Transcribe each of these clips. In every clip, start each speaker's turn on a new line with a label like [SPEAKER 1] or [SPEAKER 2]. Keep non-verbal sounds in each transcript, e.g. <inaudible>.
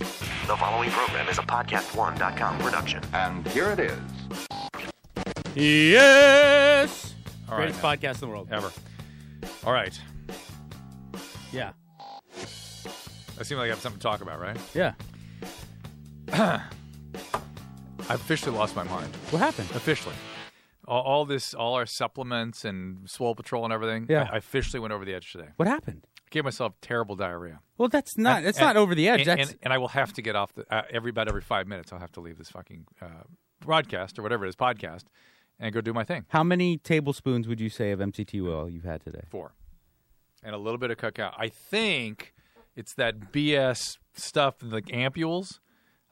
[SPEAKER 1] The following program is a podcast1.com production.
[SPEAKER 2] And here it is.
[SPEAKER 3] Yes.
[SPEAKER 4] All right,
[SPEAKER 3] Greatest
[SPEAKER 4] now.
[SPEAKER 3] podcast in the world.
[SPEAKER 4] ever. All right,
[SPEAKER 3] Yeah.
[SPEAKER 4] I seem like I have something to talk about, right?
[SPEAKER 3] Yeah.
[SPEAKER 4] I officially lost my mind.
[SPEAKER 3] What happened?
[SPEAKER 4] Officially, all, all this, all our supplements and Swole Patrol and everything.
[SPEAKER 3] Yeah.
[SPEAKER 4] I, I officially went over the edge today.
[SPEAKER 3] What happened?
[SPEAKER 4] Gave myself terrible diarrhea.
[SPEAKER 3] Well, that's not. It's not
[SPEAKER 4] And-
[SPEAKER 3] over the edge.
[SPEAKER 4] Uh, And,
[SPEAKER 3] that's
[SPEAKER 4] and, and I will have to get off the uh, every about every five minutes. I'll have to leave this fucking uh, broadcast or whatever it is, podcast, and go do my thing.
[SPEAKER 3] how many tablespoons would you say of MCT oil you've had today?
[SPEAKER 4] Four, and a little bit of cookout. I think it's that BS stuff, the ampules.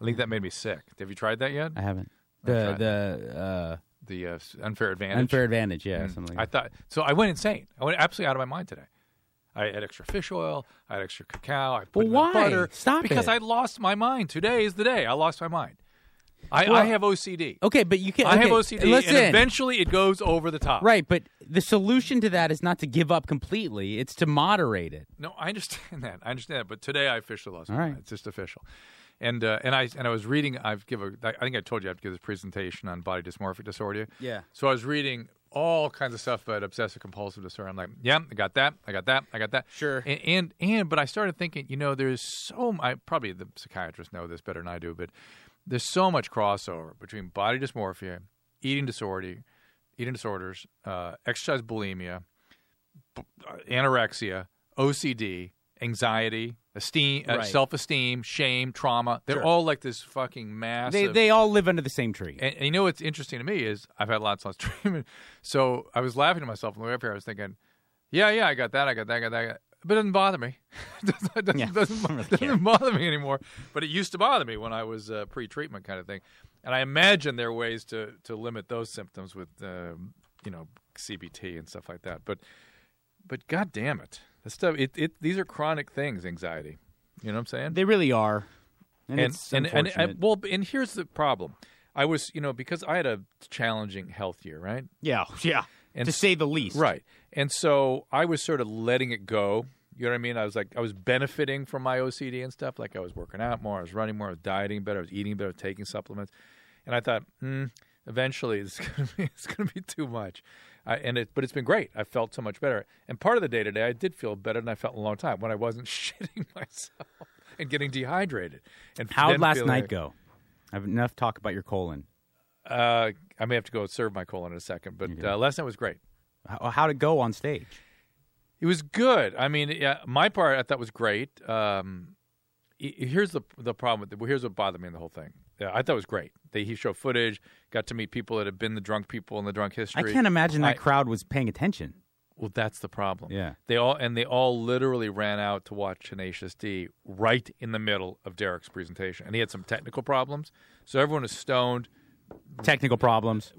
[SPEAKER 4] I think that made me sick. Have you tried that yet?
[SPEAKER 3] I haven't.
[SPEAKER 4] I'll
[SPEAKER 3] The
[SPEAKER 4] try.
[SPEAKER 3] the uh,
[SPEAKER 4] the uh, s- unfair advantage.
[SPEAKER 3] unfair advantage. Yeah,
[SPEAKER 4] Mm.
[SPEAKER 3] something.
[SPEAKER 4] I
[SPEAKER 3] Like
[SPEAKER 4] thought so. I went insane. I went absolutely out of my mind today. I had extra fish oil. I had extra cacao. I
[SPEAKER 3] Well,
[SPEAKER 4] put in
[SPEAKER 3] why?
[SPEAKER 4] butter.
[SPEAKER 3] Stop
[SPEAKER 4] Because
[SPEAKER 3] it.
[SPEAKER 4] I lost my mind. Today is the day I lost my mind. I, I
[SPEAKER 3] Well,
[SPEAKER 4] have OCD.
[SPEAKER 3] that. Okay, but you can't.
[SPEAKER 4] I have
[SPEAKER 3] okay,
[SPEAKER 4] OCD,
[SPEAKER 3] Listen,
[SPEAKER 4] and eventually it goes over the top.
[SPEAKER 3] right? But the solution to that is not to give up completely. It's to moderate it.
[SPEAKER 4] No, I understand that. I understand that. But today I officially lost.
[SPEAKER 3] All
[SPEAKER 4] my
[SPEAKER 3] right.
[SPEAKER 4] mind. It's just official. And uh, and I and I was reading. I've give a. I think I told you I have to give this presentation on body dysmorphic disorder.
[SPEAKER 3] Yeah.
[SPEAKER 4] So I was reading all kinds of stuff about obsessive compulsive disorder. I'm like, yeah, I got that. I got that. I got that.
[SPEAKER 3] Sure.
[SPEAKER 4] And and, and but I started thinking, you know, there's so. m- I probably the psychiatrists know this better than I do, but there's so much crossover between body dysmorphia, eating disorder, eating disorders, uh, exercise bulimia, uh, anorexia, OCD, anxiety, esteem, uh,
[SPEAKER 3] Right.
[SPEAKER 4] self-esteem, shame, trauma. They're
[SPEAKER 3] Sure.
[SPEAKER 4] all like this fucking massive.
[SPEAKER 3] They they all live under the same tree.
[SPEAKER 4] and, and you know what's interesting to me is I've had lots, <laughs> lots of treatment. So I was laughing to myself on the way up here. I was thinking, yeah, yeah, I got that, I got that, I got that. I got- But it doesn't bother me. <laughs> it doesn't, doesn't,
[SPEAKER 3] Yeah,
[SPEAKER 4] doesn't,
[SPEAKER 3] don't really
[SPEAKER 4] doesn't
[SPEAKER 3] care.
[SPEAKER 4] bother me anymore. But it used to bother me when I was uh, pre-treatment kind of thing. And I imagine there are ways to, to limit those symptoms with, um, you know, CBT and stuff like that. But but god damn it this stuff it, it these are chronic things anxiety you know what i'm saying
[SPEAKER 3] they really are. And,
[SPEAKER 4] and
[SPEAKER 3] it's
[SPEAKER 4] and, uh, and,
[SPEAKER 3] unfortunate.
[SPEAKER 4] and well and here's the problem i was you know because i had a challenging health year right
[SPEAKER 3] yeah, yeah.
[SPEAKER 4] and
[SPEAKER 3] to say the least.
[SPEAKER 4] right and so i was sort of letting it go you know what i mean i was like i was benefiting from my ocd and stuff like i was working out more i was running more i was dieting better i was eating better taking supplements and i thought hmm eventually it's <laughs> gonna be it's gonna be too much I, and it, but it's been great. I felt so much better. And part of the day today, I did feel better than I felt in a long time when I wasn't <laughs> shitting myself and getting dehydrated. And
[SPEAKER 3] How'd
[SPEAKER 4] then
[SPEAKER 3] last
[SPEAKER 4] feeling
[SPEAKER 3] night
[SPEAKER 4] like-
[SPEAKER 3] go? I've enough talk about your colon.
[SPEAKER 4] Uh, I may have to go serve my colon in a second, but uh, last night was great.
[SPEAKER 3] How, how'd it go on stage?
[SPEAKER 4] It was good. I mean, yeah, my part I thought was great. Um, he- here's the the problem with it. Well, here's what bothered me in the whole thing. Yeah, I thought it was great. They he showed footage, got to meet people that had been the drunk people in the drunk history.
[SPEAKER 3] I can't imagine that
[SPEAKER 4] I-
[SPEAKER 3] crowd was paying attention.
[SPEAKER 4] Well, that's the problem.
[SPEAKER 3] Yeah.
[SPEAKER 4] they all and they all literally ran out to watch Tenacious D right in the middle of Derek's presentation, and he had some technical problems, so everyone was stoned
[SPEAKER 3] Technical problems.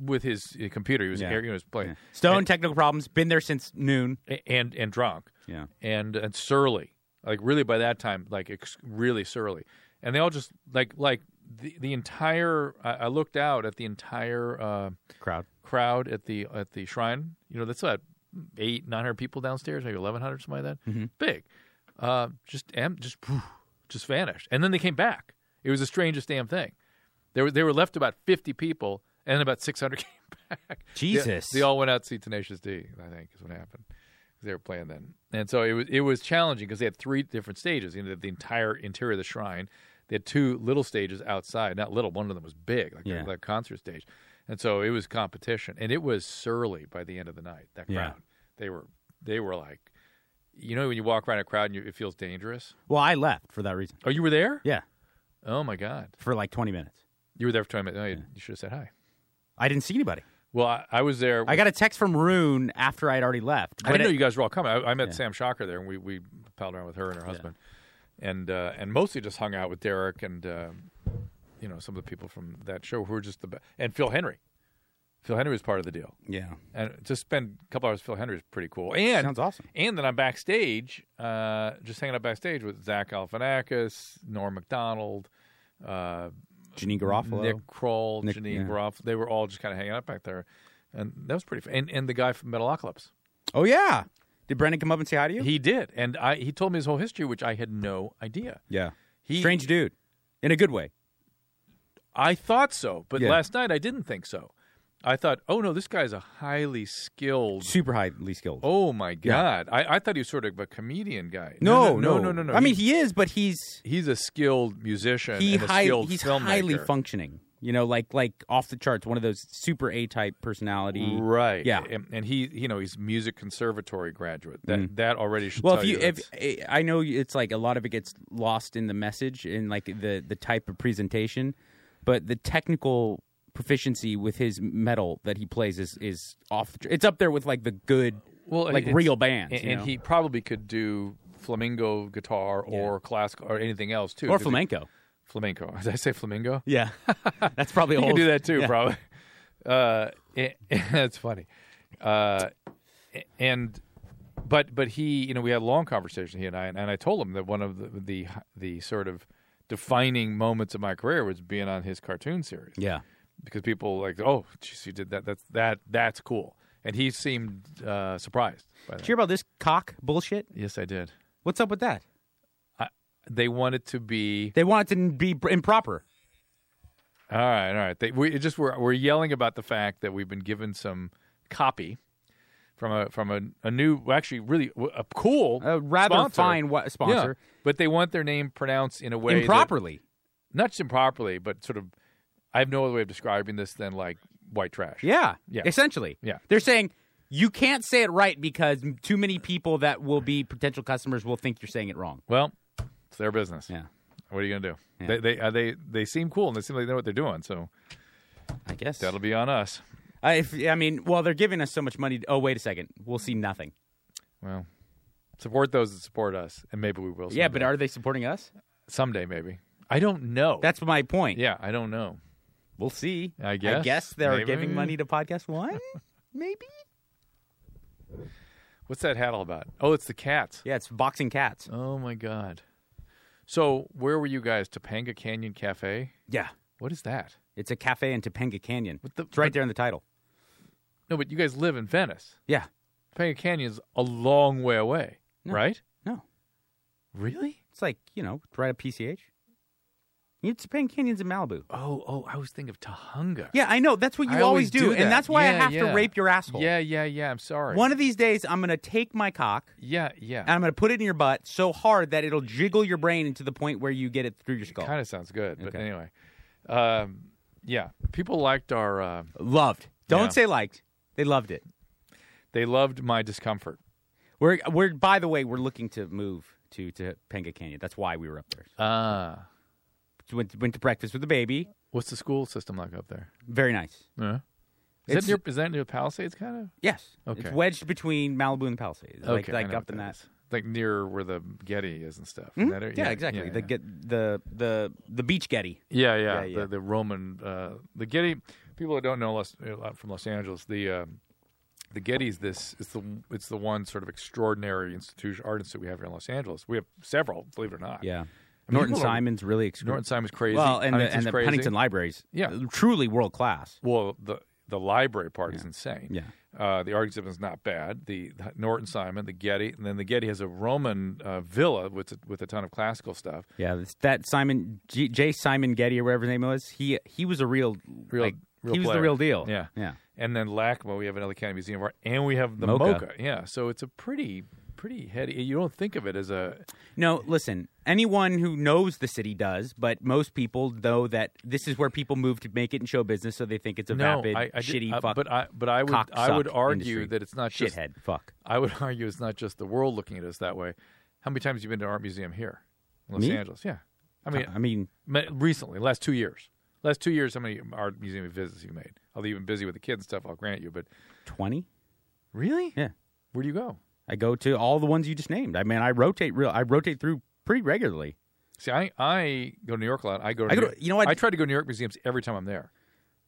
[SPEAKER 4] with his uh, computer. He was
[SPEAKER 3] Yeah.
[SPEAKER 4] he was playing
[SPEAKER 3] Yeah. Stone
[SPEAKER 4] And-
[SPEAKER 3] technical problems. Been there since noon.
[SPEAKER 4] and and drunk.
[SPEAKER 3] Yeah.
[SPEAKER 4] and and surly. Like really by that time, like ex- really surly. And they all just like like the the entire. I, I looked out at the entire uh,
[SPEAKER 3] Crowd.
[SPEAKER 4] crowd at the at the shrine. You know, that's about eight nine hundred people downstairs, maybe eleven hundred, something like that. Big, uh, just am just phew, just vanished. And then they came back. It was the strangest damn thing. They were they were left about fifty people, and about six hundred <laughs> came back.
[SPEAKER 3] Jesus.
[SPEAKER 4] They, they all went out to see Tenacious D. I think is what happened. 'Cause They were playing then, and so it was it was challenging because they had three different stages. You know, the entire interior of the shrine. They had two little stages outside. Not little. One of them was big, like
[SPEAKER 3] Yeah.
[SPEAKER 4] a, like a concert stage, and so it was competition. And it was surly by the end of the night. That crowd.
[SPEAKER 3] Yeah.
[SPEAKER 4] They were they were like, you know, when you walk around a crowd and you, it feels dangerous.
[SPEAKER 3] well, I left for that reason.
[SPEAKER 4] Oh, you were there?
[SPEAKER 3] Yeah,
[SPEAKER 4] Oh my God,
[SPEAKER 3] for like 20 minutes.
[SPEAKER 4] you were there for twenty minutes. Oh, you, you should have said hi.
[SPEAKER 3] I didn't see anybody.
[SPEAKER 4] Well, I, I was there.
[SPEAKER 3] I got a text from Rune after I'd already left.
[SPEAKER 4] I
[SPEAKER 3] but
[SPEAKER 4] didn't know
[SPEAKER 3] it-
[SPEAKER 4] you guys were all coming. I, I met Sam Shocker there, and we we palled around with her and her husband, and uh, and mostly just hung out with Derek and uh, you know some of the people from that show who were just the best. And Phil Henry, Phil Henry was part of the deal,
[SPEAKER 3] yeah.
[SPEAKER 4] and to spend a couple hours with Phil Henry is pretty cool. And
[SPEAKER 3] Sounds awesome.
[SPEAKER 4] And then I'm backstage, uh, just hanging out backstage with Zach Galifianakis, Norm Macdonald, uh,
[SPEAKER 3] Janine Garofalo.
[SPEAKER 4] Nick Kroll,
[SPEAKER 3] Nick-
[SPEAKER 4] Janine
[SPEAKER 3] yeah.
[SPEAKER 4] Groff. They were all just kind of hanging out back there, and that was pretty. Fun. And and the guy from Metalocalypse.
[SPEAKER 3] Oh, yeah. Did Brendan come up and say hi to you?
[SPEAKER 4] He did, and I he told me his whole history, which I had no idea.
[SPEAKER 3] yeah.
[SPEAKER 4] He
[SPEAKER 3] Strange dude. in a good way.
[SPEAKER 4] I thought so, but
[SPEAKER 3] Yeah.
[SPEAKER 4] last night I didn't think so. I thought, oh no, this guy's a highly skilled.
[SPEAKER 3] Super highly skilled.
[SPEAKER 4] Oh my god, I, I thought he was sort of a comedian guy.
[SPEAKER 3] no,
[SPEAKER 4] no, no, no, no.
[SPEAKER 3] I mean,
[SPEAKER 4] He-
[SPEAKER 3] he is, but he's
[SPEAKER 4] he's a skilled musician.
[SPEAKER 3] he
[SPEAKER 4] and a
[SPEAKER 3] high,
[SPEAKER 4] skilled
[SPEAKER 3] he's
[SPEAKER 4] filmmaker.
[SPEAKER 3] highly functioning. You know, like like off the charts, one of those super A type personality.
[SPEAKER 4] right?
[SPEAKER 3] Yeah.
[SPEAKER 4] and, and he, you know, he's music conservatory graduate. That that already should.
[SPEAKER 3] Mm. Well,
[SPEAKER 4] tell
[SPEAKER 3] if you,
[SPEAKER 4] that's-
[SPEAKER 3] if eh, I know it's like a lot of it gets lost in the message in like the the type of presentation, but the technical proficiency with his metal that he plays is is off. The, tr- it's up there with like the good,
[SPEAKER 4] well,
[SPEAKER 3] like
[SPEAKER 4] it's-
[SPEAKER 3] real bands,
[SPEAKER 4] and,
[SPEAKER 3] you
[SPEAKER 4] and
[SPEAKER 3] know?
[SPEAKER 4] he probably could do flamingo guitar or classical or anything else too.
[SPEAKER 3] or
[SPEAKER 4] 'cause he-
[SPEAKER 3] flamenco.
[SPEAKER 4] flamenco. <laughs> Did I say flamingo?
[SPEAKER 3] Yeah, <laughs> that's probably
[SPEAKER 4] <laughs> You
[SPEAKER 3] old.
[SPEAKER 4] can do that too, probably. Uh, it, <laughs> that's funny. Uh, and but but he, you know, we had a long conversation he and I, and, I told him that one of the, the the sort of defining moments of my career was being on his cartoon series
[SPEAKER 3] Yeah,
[SPEAKER 4] because people like, oh, geez, you did that. That's that. That's cool. And he seemed uh, surprised. By
[SPEAKER 3] did
[SPEAKER 4] that.
[SPEAKER 3] you hear about this cock bullshit?
[SPEAKER 4] Yes, I did.
[SPEAKER 3] What's up with that?
[SPEAKER 4] They wanted to be
[SPEAKER 3] They want it to be pr- improper.
[SPEAKER 4] all right. All right. They, we it just we're, we're yelling about the fact that we've been given some copy from a from a, a new, well, actually, really a cool,
[SPEAKER 3] A Uh, rather
[SPEAKER 4] sponsor.
[SPEAKER 3] fine wa- sponsor.
[SPEAKER 4] Yeah, but they want their name pronounced in a way that-
[SPEAKER 3] improperly.
[SPEAKER 4] not just improperly, but sort of. I have no other way of describing this than like white trash.
[SPEAKER 3] Yeah.
[SPEAKER 4] Yeah.
[SPEAKER 3] Essentially.
[SPEAKER 4] Yeah.
[SPEAKER 3] They're saying you can't say it right because too many people that will be potential customers will think you're saying it wrong.
[SPEAKER 4] Well, it's their business.
[SPEAKER 3] Yeah.
[SPEAKER 4] What are you gonna do?
[SPEAKER 3] Yeah.
[SPEAKER 4] They they uh, they they seem cool and they seem like they know what they're doing. So
[SPEAKER 3] I guess.
[SPEAKER 4] that'll be on us.
[SPEAKER 3] I, if, I mean, well, they're giving us so much money. Oh, wait a second. We'll see nothing.
[SPEAKER 4] Well, support those that support us, and maybe we will.
[SPEAKER 3] Yeah, but
[SPEAKER 4] someday.
[SPEAKER 3] are they supporting us?
[SPEAKER 4] someday maybe. I don't know.
[SPEAKER 3] That's my point.
[SPEAKER 4] yeah, I don't know.
[SPEAKER 3] We'll see.
[SPEAKER 4] I guess.
[SPEAKER 3] they're
[SPEAKER 4] Maybe.
[SPEAKER 3] giving money to Podcast
[SPEAKER 4] <laughs>
[SPEAKER 3] One? Maybe?
[SPEAKER 4] What's that hat all about? Oh, it's the cats.
[SPEAKER 3] Yeah, it's Boxing Cats.
[SPEAKER 4] Oh my god. So where were you guys? Topanga Canyon Cafe.
[SPEAKER 3] Yeah.
[SPEAKER 4] What is that?
[SPEAKER 3] It's a cafe in Topanga Canyon.
[SPEAKER 4] the-
[SPEAKER 3] it's right
[SPEAKER 4] what-
[SPEAKER 3] there in the title.
[SPEAKER 4] No, but you guys live in Venice.
[SPEAKER 3] Yeah.
[SPEAKER 4] Topanga Canyon's a long way away,
[SPEAKER 3] No.
[SPEAKER 4] right?
[SPEAKER 3] No.
[SPEAKER 4] Really?
[SPEAKER 3] It's like, you know, it's right at PCH. You Topanga Canyon's in Malibu.
[SPEAKER 4] Oh, oh, I was thinking of Tahunga.
[SPEAKER 3] Yeah, I know. That's what you
[SPEAKER 4] I
[SPEAKER 3] always,
[SPEAKER 4] always
[SPEAKER 3] do,
[SPEAKER 4] that.
[SPEAKER 3] and that's why I
[SPEAKER 4] Yeah,
[SPEAKER 3] have
[SPEAKER 4] yeah.
[SPEAKER 3] to rape your asshole.
[SPEAKER 4] Yeah, yeah, yeah. I'm sorry.
[SPEAKER 3] One of these days, I'm gonna take my cock
[SPEAKER 4] Yeah, yeah.
[SPEAKER 3] and I'm gonna put it in your butt so hard that it'll jiggle your brain into the point where you get it through your skull.
[SPEAKER 4] Kind of sounds good, but
[SPEAKER 3] Okay.
[SPEAKER 4] anyway. Um, yeah, people liked our. Uh,
[SPEAKER 3] Loved. Don't
[SPEAKER 4] Yeah.
[SPEAKER 3] say liked. They loved it.
[SPEAKER 4] they loved my discomfort.
[SPEAKER 3] We're we're by the way, we're looking to move to to Penga Canyon. That's why we were up there.
[SPEAKER 4] Ah,
[SPEAKER 3] Went went to breakfast with the baby.
[SPEAKER 4] what's the school system like up there?
[SPEAKER 3] Very nice.
[SPEAKER 4] Yeah. Is
[SPEAKER 3] It's-
[SPEAKER 4] that near? Is that near Palisades? Kind of.
[SPEAKER 3] Yes.
[SPEAKER 4] Okay.
[SPEAKER 3] It's wedged between Malibu and the Palisades. Like
[SPEAKER 4] Okay, I
[SPEAKER 3] like
[SPEAKER 4] know
[SPEAKER 3] up
[SPEAKER 4] what
[SPEAKER 3] in that.
[SPEAKER 4] is. Like near where the Getty is and stuff.
[SPEAKER 3] Hmm?
[SPEAKER 4] in that area?
[SPEAKER 3] Yeah, exactly.
[SPEAKER 4] Yeah,
[SPEAKER 3] the
[SPEAKER 4] yeah.
[SPEAKER 3] get the the the beach getty.
[SPEAKER 4] yeah, yeah,
[SPEAKER 3] Yeah, yeah.
[SPEAKER 4] The, the Roman, uh, the Getty. People that don't know Los, a lot from Los Angeles, the uh, the Getty's this. It's the it's the one sort of extraordinary institution, art institute we have here in Los Angeles. We have several, believe it or not.
[SPEAKER 3] Yeah.
[SPEAKER 4] I mean,
[SPEAKER 3] Norton
[SPEAKER 4] people are-
[SPEAKER 3] Simon's really excru-
[SPEAKER 4] Norton Simon's crazy.
[SPEAKER 3] Well, and the,
[SPEAKER 4] Huntington's
[SPEAKER 3] and the
[SPEAKER 4] crazy.
[SPEAKER 3] Huntington Libraries, Uh,
[SPEAKER 4] Yeah.
[SPEAKER 3] truly world class.
[SPEAKER 4] Well, the the library part is insane.
[SPEAKER 3] Yeah.
[SPEAKER 4] Uh, the art exhibit's not bad. The, the Norton Simon, the Getty, and then the Getty has a Roman uh, villa with with a ton of classical stuff.
[SPEAKER 3] Yeah, this- that Simon G, J. Simon Getty or whatever his name was, he he was a real,
[SPEAKER 4] Real-
[SPEAKER 3] like,
[SPEAKER 4] real
[SPEAKER 3] he was the
[SPEAKER 4] player.
[SPEAKER 3] real deal.
[SPEAKER 4] Yeah.
[SPEAKER 3] yeah.
[SPEAKER 4] And then LACMA, we have another county museum of art, and we have the
[SPEAKER 3] Mocha.
[SPEAKER 4] Mocha. Yeah, so it's a pretty, pretty heady. You don't think of it as a
[SPEAKER 3] No, listen. Anyone who knows the city does, but most people know that this is where people move to make it in show business, so they think it's a
[SPEAKER 4] no,
[SPEAKER 3] vapid,
[SPEAKER 4] I, I did-
[SPEAKER 3] shitty
[SPEAKER 4] uh,
[SPEAKER 3] fuck.
[SPEAKER 4] But I, but I would,
[SPEAKER 3] cock
[SPEAKER 4] I would
[SPEAKER 3] suck
[SPEAKER 4] argue
[SPEAKER 3] industry.
[SPEAKER 4] that it's not just.
[SPEAKER 3] shithead, fuck.
[SPEAKER 4] I would <laughs> argue it's not just the world looking at us that way. How many times have you been to an art museum here, in Los
[SPEAKER 3] Me?
[SPEAKER 4] Angeles? Yeah, I mean,
[SPEAKER 3] I mean,
[SPEAKER 4] ma- recently, last two years, last two years, how many art museum visits you made? Although you've been busy with the kids and stuff, I'll grant you. But
[SPEAKER 3] twenty.
[SPEAKER 4] really,
[SPEAKER 3] Yeah,
[SPEAKER 4] where do you go?
[SPEAKER 3] I go to all the ones you just named. I mean, I rotate real, I rotate through pretty regularly.
[SPEAKER 4] See, I, I go to New York a lot. I go to,
[SPEAKER 3] I go
[SPEAKER 4] New
[SPEAKER 3] to-
[SPEAKER 4] York-
[SPEAKER 3] you know what?
[SPEAKER 4] I try to go to New York museums every time I'm there.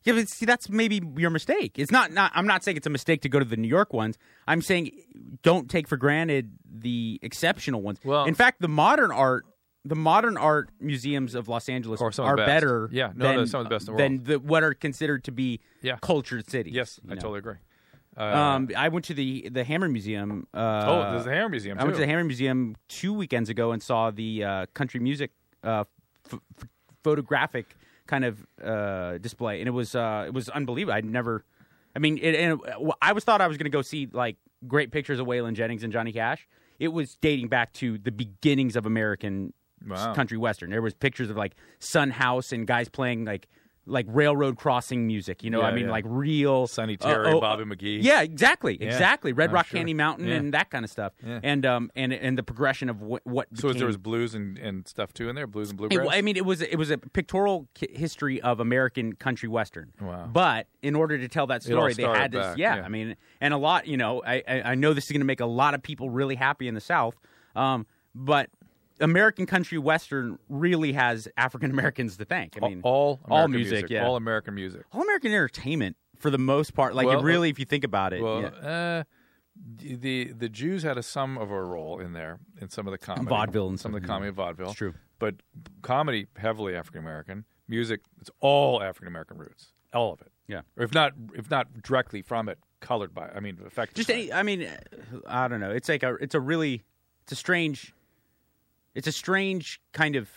[SPEAKER 3] Yeah, but see, that's maybe your mistake. It's not, not. I'm not saying it's a mistake to go to the New York ones. I'm saying don't take for granted the exceptional ones.
[SPEAKER 4] Well-
[SPEAKER 3] in fact, the modern art, the modern art museums of Los Angeles
[SPEAKER 4] Are some of
[SPEAKER 3] are
[SPEAKER 4] the best.
[SPEAKER 3] better.
[SPEAKER 4] Yeah, no,
[SPEAKER 3] than,
[SPEAKER 4] they're some of the best in the
[SPEAKER 3] Than the, what are considered to be
[SPEAKER 4] Yeah.
[SPEAKER 3] cultured cities.
[SPEAKER 4] Yes,
[SPEAKER 3] you
[SPEAKER 4] I
[SPEAKER 3] know?
[SPEAKER 4] totally agree.
[SPEAKER 3] Um, I went to the the Hammer Museum. Uh,
[SPEAKER 4] oh, there's the Hammer Museum.
[SPEAKER 3] I went
[SPEAKER 4] too.
[SPEAKER 3] to the Hammer Museum two weekends ago and saw the uh, country music uh, f- f- photographic kind of uh, display, and it was uh, it was unbelievable. I'd never, I mean, it, and it- I was thought I was going to go see like great pictures of Waylon Jennings and Johnny Cash. It was dating back to the beginnings of American
[SPEAKER 4] Wow.
[SPEAKER 3] country western. There was pictures of like Sun House and guys playing like like railroad crossing music. You know,
[SPEAKER 4] Yeah,
[SPEAKER 3] I mean,
[SPEAKER 4] yeah.
[SPEAKER 3] like real
[SPEAKER 4] Sonny
[SPEAKER 3] uh,
[SPEAKER 4] Terry,
[SPEAKER 3] oh, uh,
[SPEAKER 4] Bobby McGee.
[SPEAKER 3] Yeah, exactly, exactly. Red
[SPEAKER 4] I'm
[SPEAKER 3] Rock
[SPEAKER 4] Oh, sure.
[SPEAKER 3] Candy Mountain
[SPEAKER 4] Yeah.
[SPEAKER 3] and that kind of stuff.
[SPEAKER 4] Yeah.
[SPEAKER 3] And um and and the progression of what what.
[SPEAKER 4] So is
[SPEAKER 3] became-
[SPEAKER 4] there was blues and, and stuff too in there, blues and
[SPEAKER 3] it-
[SPEAKER 4] bluegrass.
[SPEAKER 3] I mean, it was it was a pictorial ki history of American country western.
[SPEAKER 4] Wow.
[SPEAKER 3] But in order to tell that
[SPEAKER 4] all
[SPEAKER 3] story, they
[SPEAKER 4] started
[SPEAKER 3] had to.
[SPEAKER 4] back,
[SPEAKER 3] yeah,
[SPEAKER 4] yeah.
[SPEAKER 3] I mean, and a lot. You know, I I, I know this is going to make a lot of people really happy in the South. Um, but American country western really has African Americans to thank. I
[SPEAKER 4] all
[SPEAKER 3] mean,
[SPEAKER 4] all,
[SPEAKER 3] all
[SPEAKER 4] American
[SPEAKER 3] music, yeah,
[SPEAKER 4] all American music.
[SPEAKER 3] All American entertainment for the most part. Like
[SPEAKER 4] Well, uh,
[SPEAKER 3] it really, if you think about it,
[SPEAKER 4] Well,
[SPEAKER 3] yeah.
[SPEAKER 4] uh, the- the the Jews had a some of a role in there in some of the comedy,
[SPEAKER 3] vaudeville and
[SPEAKER 4] some of the
[SPEAKER 3] stuff, yeah.
[SPEAKER 4] comedy and vaudeville.
[SPEAKER 3] It's true.
[SPEAKER 4] but comedy heavily African American. Music, it's all African American roots, all of it.
[SPEAKER 3] Yeah.
[SPEAKER 4] or if not, if not directly from it, colored by. I mean, affected.
[SPEAKER 3] just
[SPEAKER 4] by
[SPEAKER 3] any
[SPEAKER 4] it.
[SPEAKER 3] i mean i don't know it's like a it's a really it's a strange it's a strange kind of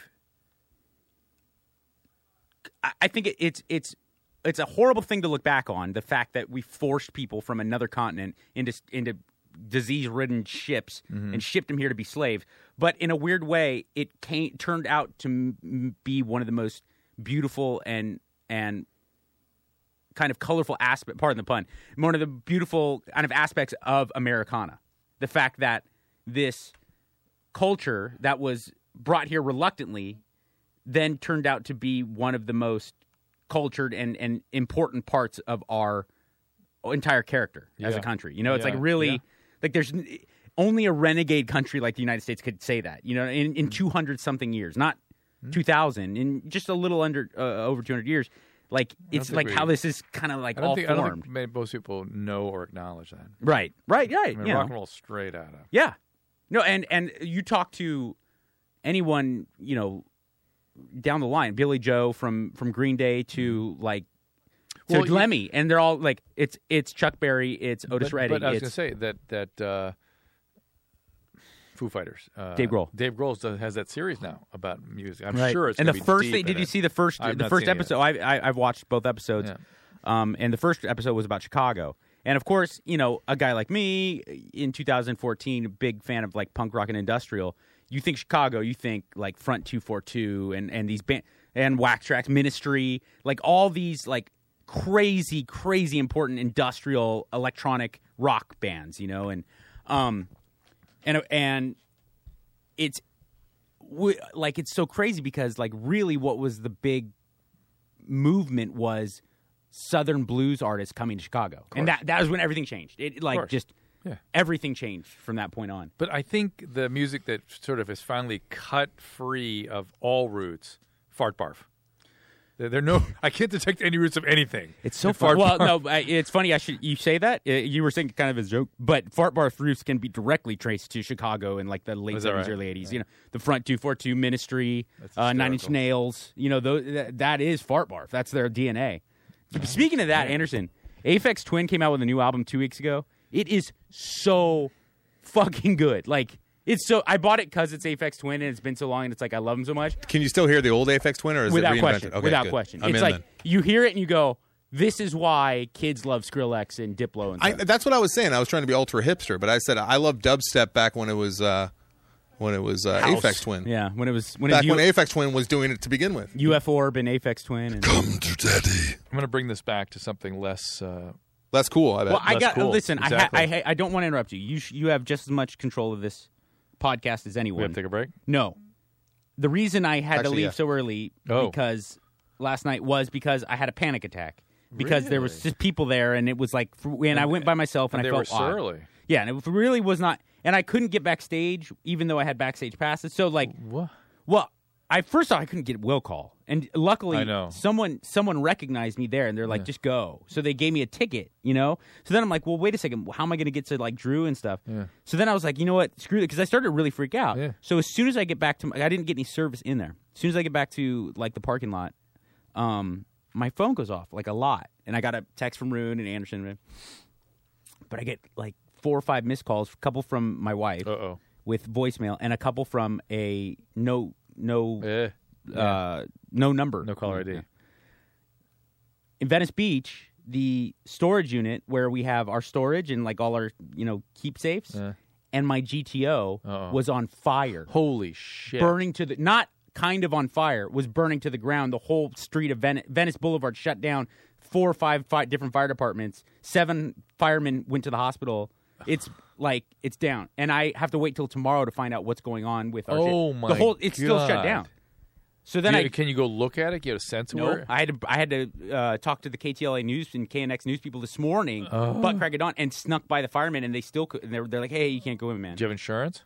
[SPEAKER 3] i, I think it, it's it's it's a horrible thing to look back on the fact that we forced people from another continent into into disease ridden ships and shipped them here to be slaves but in a weird way it came, turned out to m- be one of the most beautiful and and kind of colorful aspect, pardon the pun, one of the beautiful kind of aspects of Americana. The fact that this culture that was brought here reluctantly then turned out to be one of the most cultured and, and important parts of our entire character as a
[SPEAKER 4] Yeah.
[SPEAKER 3] country. You know, it's
[SPEAKER 4] Yeah,
[SPEAKER 3] like really
[SPEAKER 4] yeah.
[SPEAKER 3] like there's n- only a renegade country like the United States could say that. You know, in
[SPEAKER 4] Hmm.
[SPEAKER 3] in 200 something years, not 2000, in just a little under uh, over 200 years. Like it's
[SPEAKER 4] think
[SPEAKER 3] like
[SPEAKER 4] we-
[SPEAKER 3] how this is kind of like
[SPEAKER 4] I don't,
[SPEAKER 3] all
[SPEAKER 4] think, I don't
[SPEAKER 3] formed.
[SPEAKER 4] think ma- most people know or acknowledge that.
[SPEAKER 3] Right. Right. Right.
[SPEAKER 4] I mean,
[SPEAKER 3] you know.
[SPEAKER 4] rock and roll straight out of.
[SPEAKER 3] Yeah. No, and and you talk to anyone, you know, down the line, Billy Joe from from Green Day to like to
[SPEAKER 4] Hmm. Well, you-
[SPEAKER 3] Lemmy, and they're all like it's it's Chuck Berry, it's Otis
[SPEAKER 4] but,
[SPEAKER 3] Redding,
[SPEAKER 4] But I was going to
[SPEAKER 3] it's
[SPEAKER 4] say that that uh, Foo Fighters, uh,
[SPEAKER 3] Dave Grohl.
[SPEAKER 4] Dave Grohl does- has that series now about music. I'm
[SPEAKER 3] Right.
[SPEAKER 4] sure it's
[SPEAKER 3] and the
[SPEAKER 4] gonna be
[SPEAKER 3] first
[SPEAKER 4] deep
[SPEAKER 3] thing.
[SPEAKER 4] in
[SPEAKER 3] Did you
[SPEAKER 4] it.
[SPEAKER 3] see the first
[SPEAKER 4] I've
[SPEAKER 3] the
[SPEAKER 4] not
[SPEAKER 3] first
[SPEAKER 4] seen it
[SPEAKER 3] episode? I, I I've watched both episodes.
[SPEAKER 4] Yeah.
[SPEAKER 3] Um, and the first episode was about Chicago, and of course, you know, a guy like me in 2014, a big fan of like punk rock and industrial. You think Chicago, you think like Front 242 and and these band and Wax Tracks, Ministry, like all these like crazy, crazy important industrial electronic rock bands, you know, and um, and and it's w- like it's so crazy because like really what was the big movement was southern blues artists coming to chicago and that that was when everything changed it like
[SPEAKER 4] course.
[SPEAKER 3] just
[SPEAKER 4] Yeah.
[SPEAKER 3] everything changed from that point on
[SPEAKER 4] But I think the music that sort of is finally cut free of all roots, fart barf. There, there
[SPEAKER 3] <laughs>
[SPEAKER 4] are no. I can't detect any roots of anything. in fart
[SPEAKER 3] well
[SPEAKER 4] barf.
[SPEAKER 3] no I- it's funny i should you say that Uh, you were saying kind of as a joke but fart bar roots can be directly traced to chicago in like the late
[SPEAKER 4] Is that
[SPEAKER 3] 70s
[SPEAKER 4] right?
[SPEAKER 3] early 80s you know the front 242 ministry
[SPEAKER 4] That's
[SPEAKER 3] uh, nine inch
[SPEAKER 4] hysterical.
[SPEAKER 3] nails you know those, that, that is fart barf that's their dna speaking of that anderson aphex twin came out with a new album two weeks ago it is so fucking good like it's so i bought it because it's aphex twin and it's been so long and it's like i love them so much
[SPEAKER 2] Can you still hear the old AFX Twin, or is
[SPEAKER 3] without
[SPEAKER 2] it reinvented?
[SPEAKER 3] question.
[SPEAKER 2] Okay,
[SPEAKER 3] without
[SPEAKER 2] good.
[SPEAKER 3] question,
[SPEAKER 2] I'm
[SPEAKER 3] it's
[SPEAKER 2] in
[SPEAKER 3] like
[SPEAKER 2] then.
[SPEAKER 3] you hear it and you go, "This is why kids love Skrillex and Diplo." And
[SPEAKER 2] I,
[SPEAKER 3] stuff."
[SPEAKER 2] that's what I was saying. I was trying to be ultra hipster, but I said I love dubstep back when it was uh, when it was uh, AFX Twin.
[SPEAKER 3] yeah, when it was when
[SPEAKER 2] Back
[SPEAKER 3] it was
[SPEAKER 2] when AFX Twin was doing it to begin with.
[SPEAKER 3] U- UFO Orb and Aphex Twin. And,
[SPEAKER 2] Come to daddy.
[SPEAKER 4] I'm going to bring this back to something less. Uh,
[SPEAKER 2] That's cool. I bet.
[SPEAKER 3] <laughs> well, I
[SPEAKER 4] That's
[SPEAKER 3] got
[SPEAKER 4] cool.
[SPEAKER 3] listen.
[SPEAKER 4] Exactly.
[SPEAKER 3] I, ha- I ha- I don't want to interrupt you. You sh- you have just as much control of this podcast as
[SPEAKER 4] we have
[SPEAKER 3] anyone.
[SPEAKER 4] to take a break.
[SPEAKER 3] no, the reason I had to
[SPEAKER 2] Actually,
[SPEAKER 3] leave
[SPEAKER 2] yeah.
[SPEAKER 3] so early
[SPEAKER 4] Oh.
[SPEAKER 3] because last night was because I had a panic attack because there was just people there and it was like fr- and, I went by myself and,
[SPEAKER 4] they
[SPEAKER 3] I
[SPEAKER 4] were
[SPEAKER 3] felt odd.
[SPEAKER 4] surly.
[SPEAKER 3] Yeah, and it really was not. And I couldn't get backstage, even though I had backstage passes. So like,
[SPEAKER 4] What?
[SPEAKER 3] well, I first off I couldn't get will call, and luckily
[SPEAKER 4] I know.
[SPEAKER 3] someone someone recognized me there, and they're like, just go. So they gave me a ticket, you know. So then I'm like, well, wait a second, how am I going to get to like Drew and stuff? So then I was like, you know what, screw it, because I started to really freak out.
[SPEAKER 4] Yeah.
[SPEAKER 3] So as soon as I get back to, my, I didn't get any service in there. As soon as I get back to like the parking lot, um, my phone goes off like a lot, and I got a text from Rune and Anderson, but I get like four or five missed calls, a couple from my wife
[SPEAKER 4] Uh oh.
[SPEAKER 3] with voicemail, and a couple from a no no
[SPEAKER 4] Eh.
[SPEAKER 3] uh, no number.
[SPEAKER 4] No caller ID.
[SPEAKER 3] In Venice Beach, the storage unit where we have our storage and like all our you know keep safes,
[SPEAKER 4] Yeah.
[SPEAKER 3] and my GTO
[SPEAKER 4] Uh-oh.
[SPEAKER 3] was on fire,
[SPEAKER 4] Holy shit!
[SPEAKER 3] burning to the not kind of on fire, was burning to the ground. The whole street of Venice, Venice Boulevard shut down. Four or five fi- different fire departments. Seven firemen went to the hospital. It's like it's down, and I have to wait till tomorrow to find out what's going on with our. shit.
[SPEAKER 4] Oh, my
[SPEAKER 3] The whole it's still
[SPEAKER 4] God.
[SPEAKER 3] shut down. So
[SPEAKER 4] Do
[SPEAKER 3] then
[SPEAKER 4] you-
[SPEAKER 3] I
[SPEAKER 4] can you go look at it? Get a sense of
[SPEAKER 3] no,
[SPEAKER 4] where?
[SPEAKER 3] I had to, I had to uh, talk to the KTLA news and KNX news people this morning,
[SPEAKER 4] Oh.
[SPEAKER 3] butt crack it on, and snuck by the firemen, and they still could, and they're they're like, hey, you can't go in, man.
[SPEAKER 4] Do you have insurance?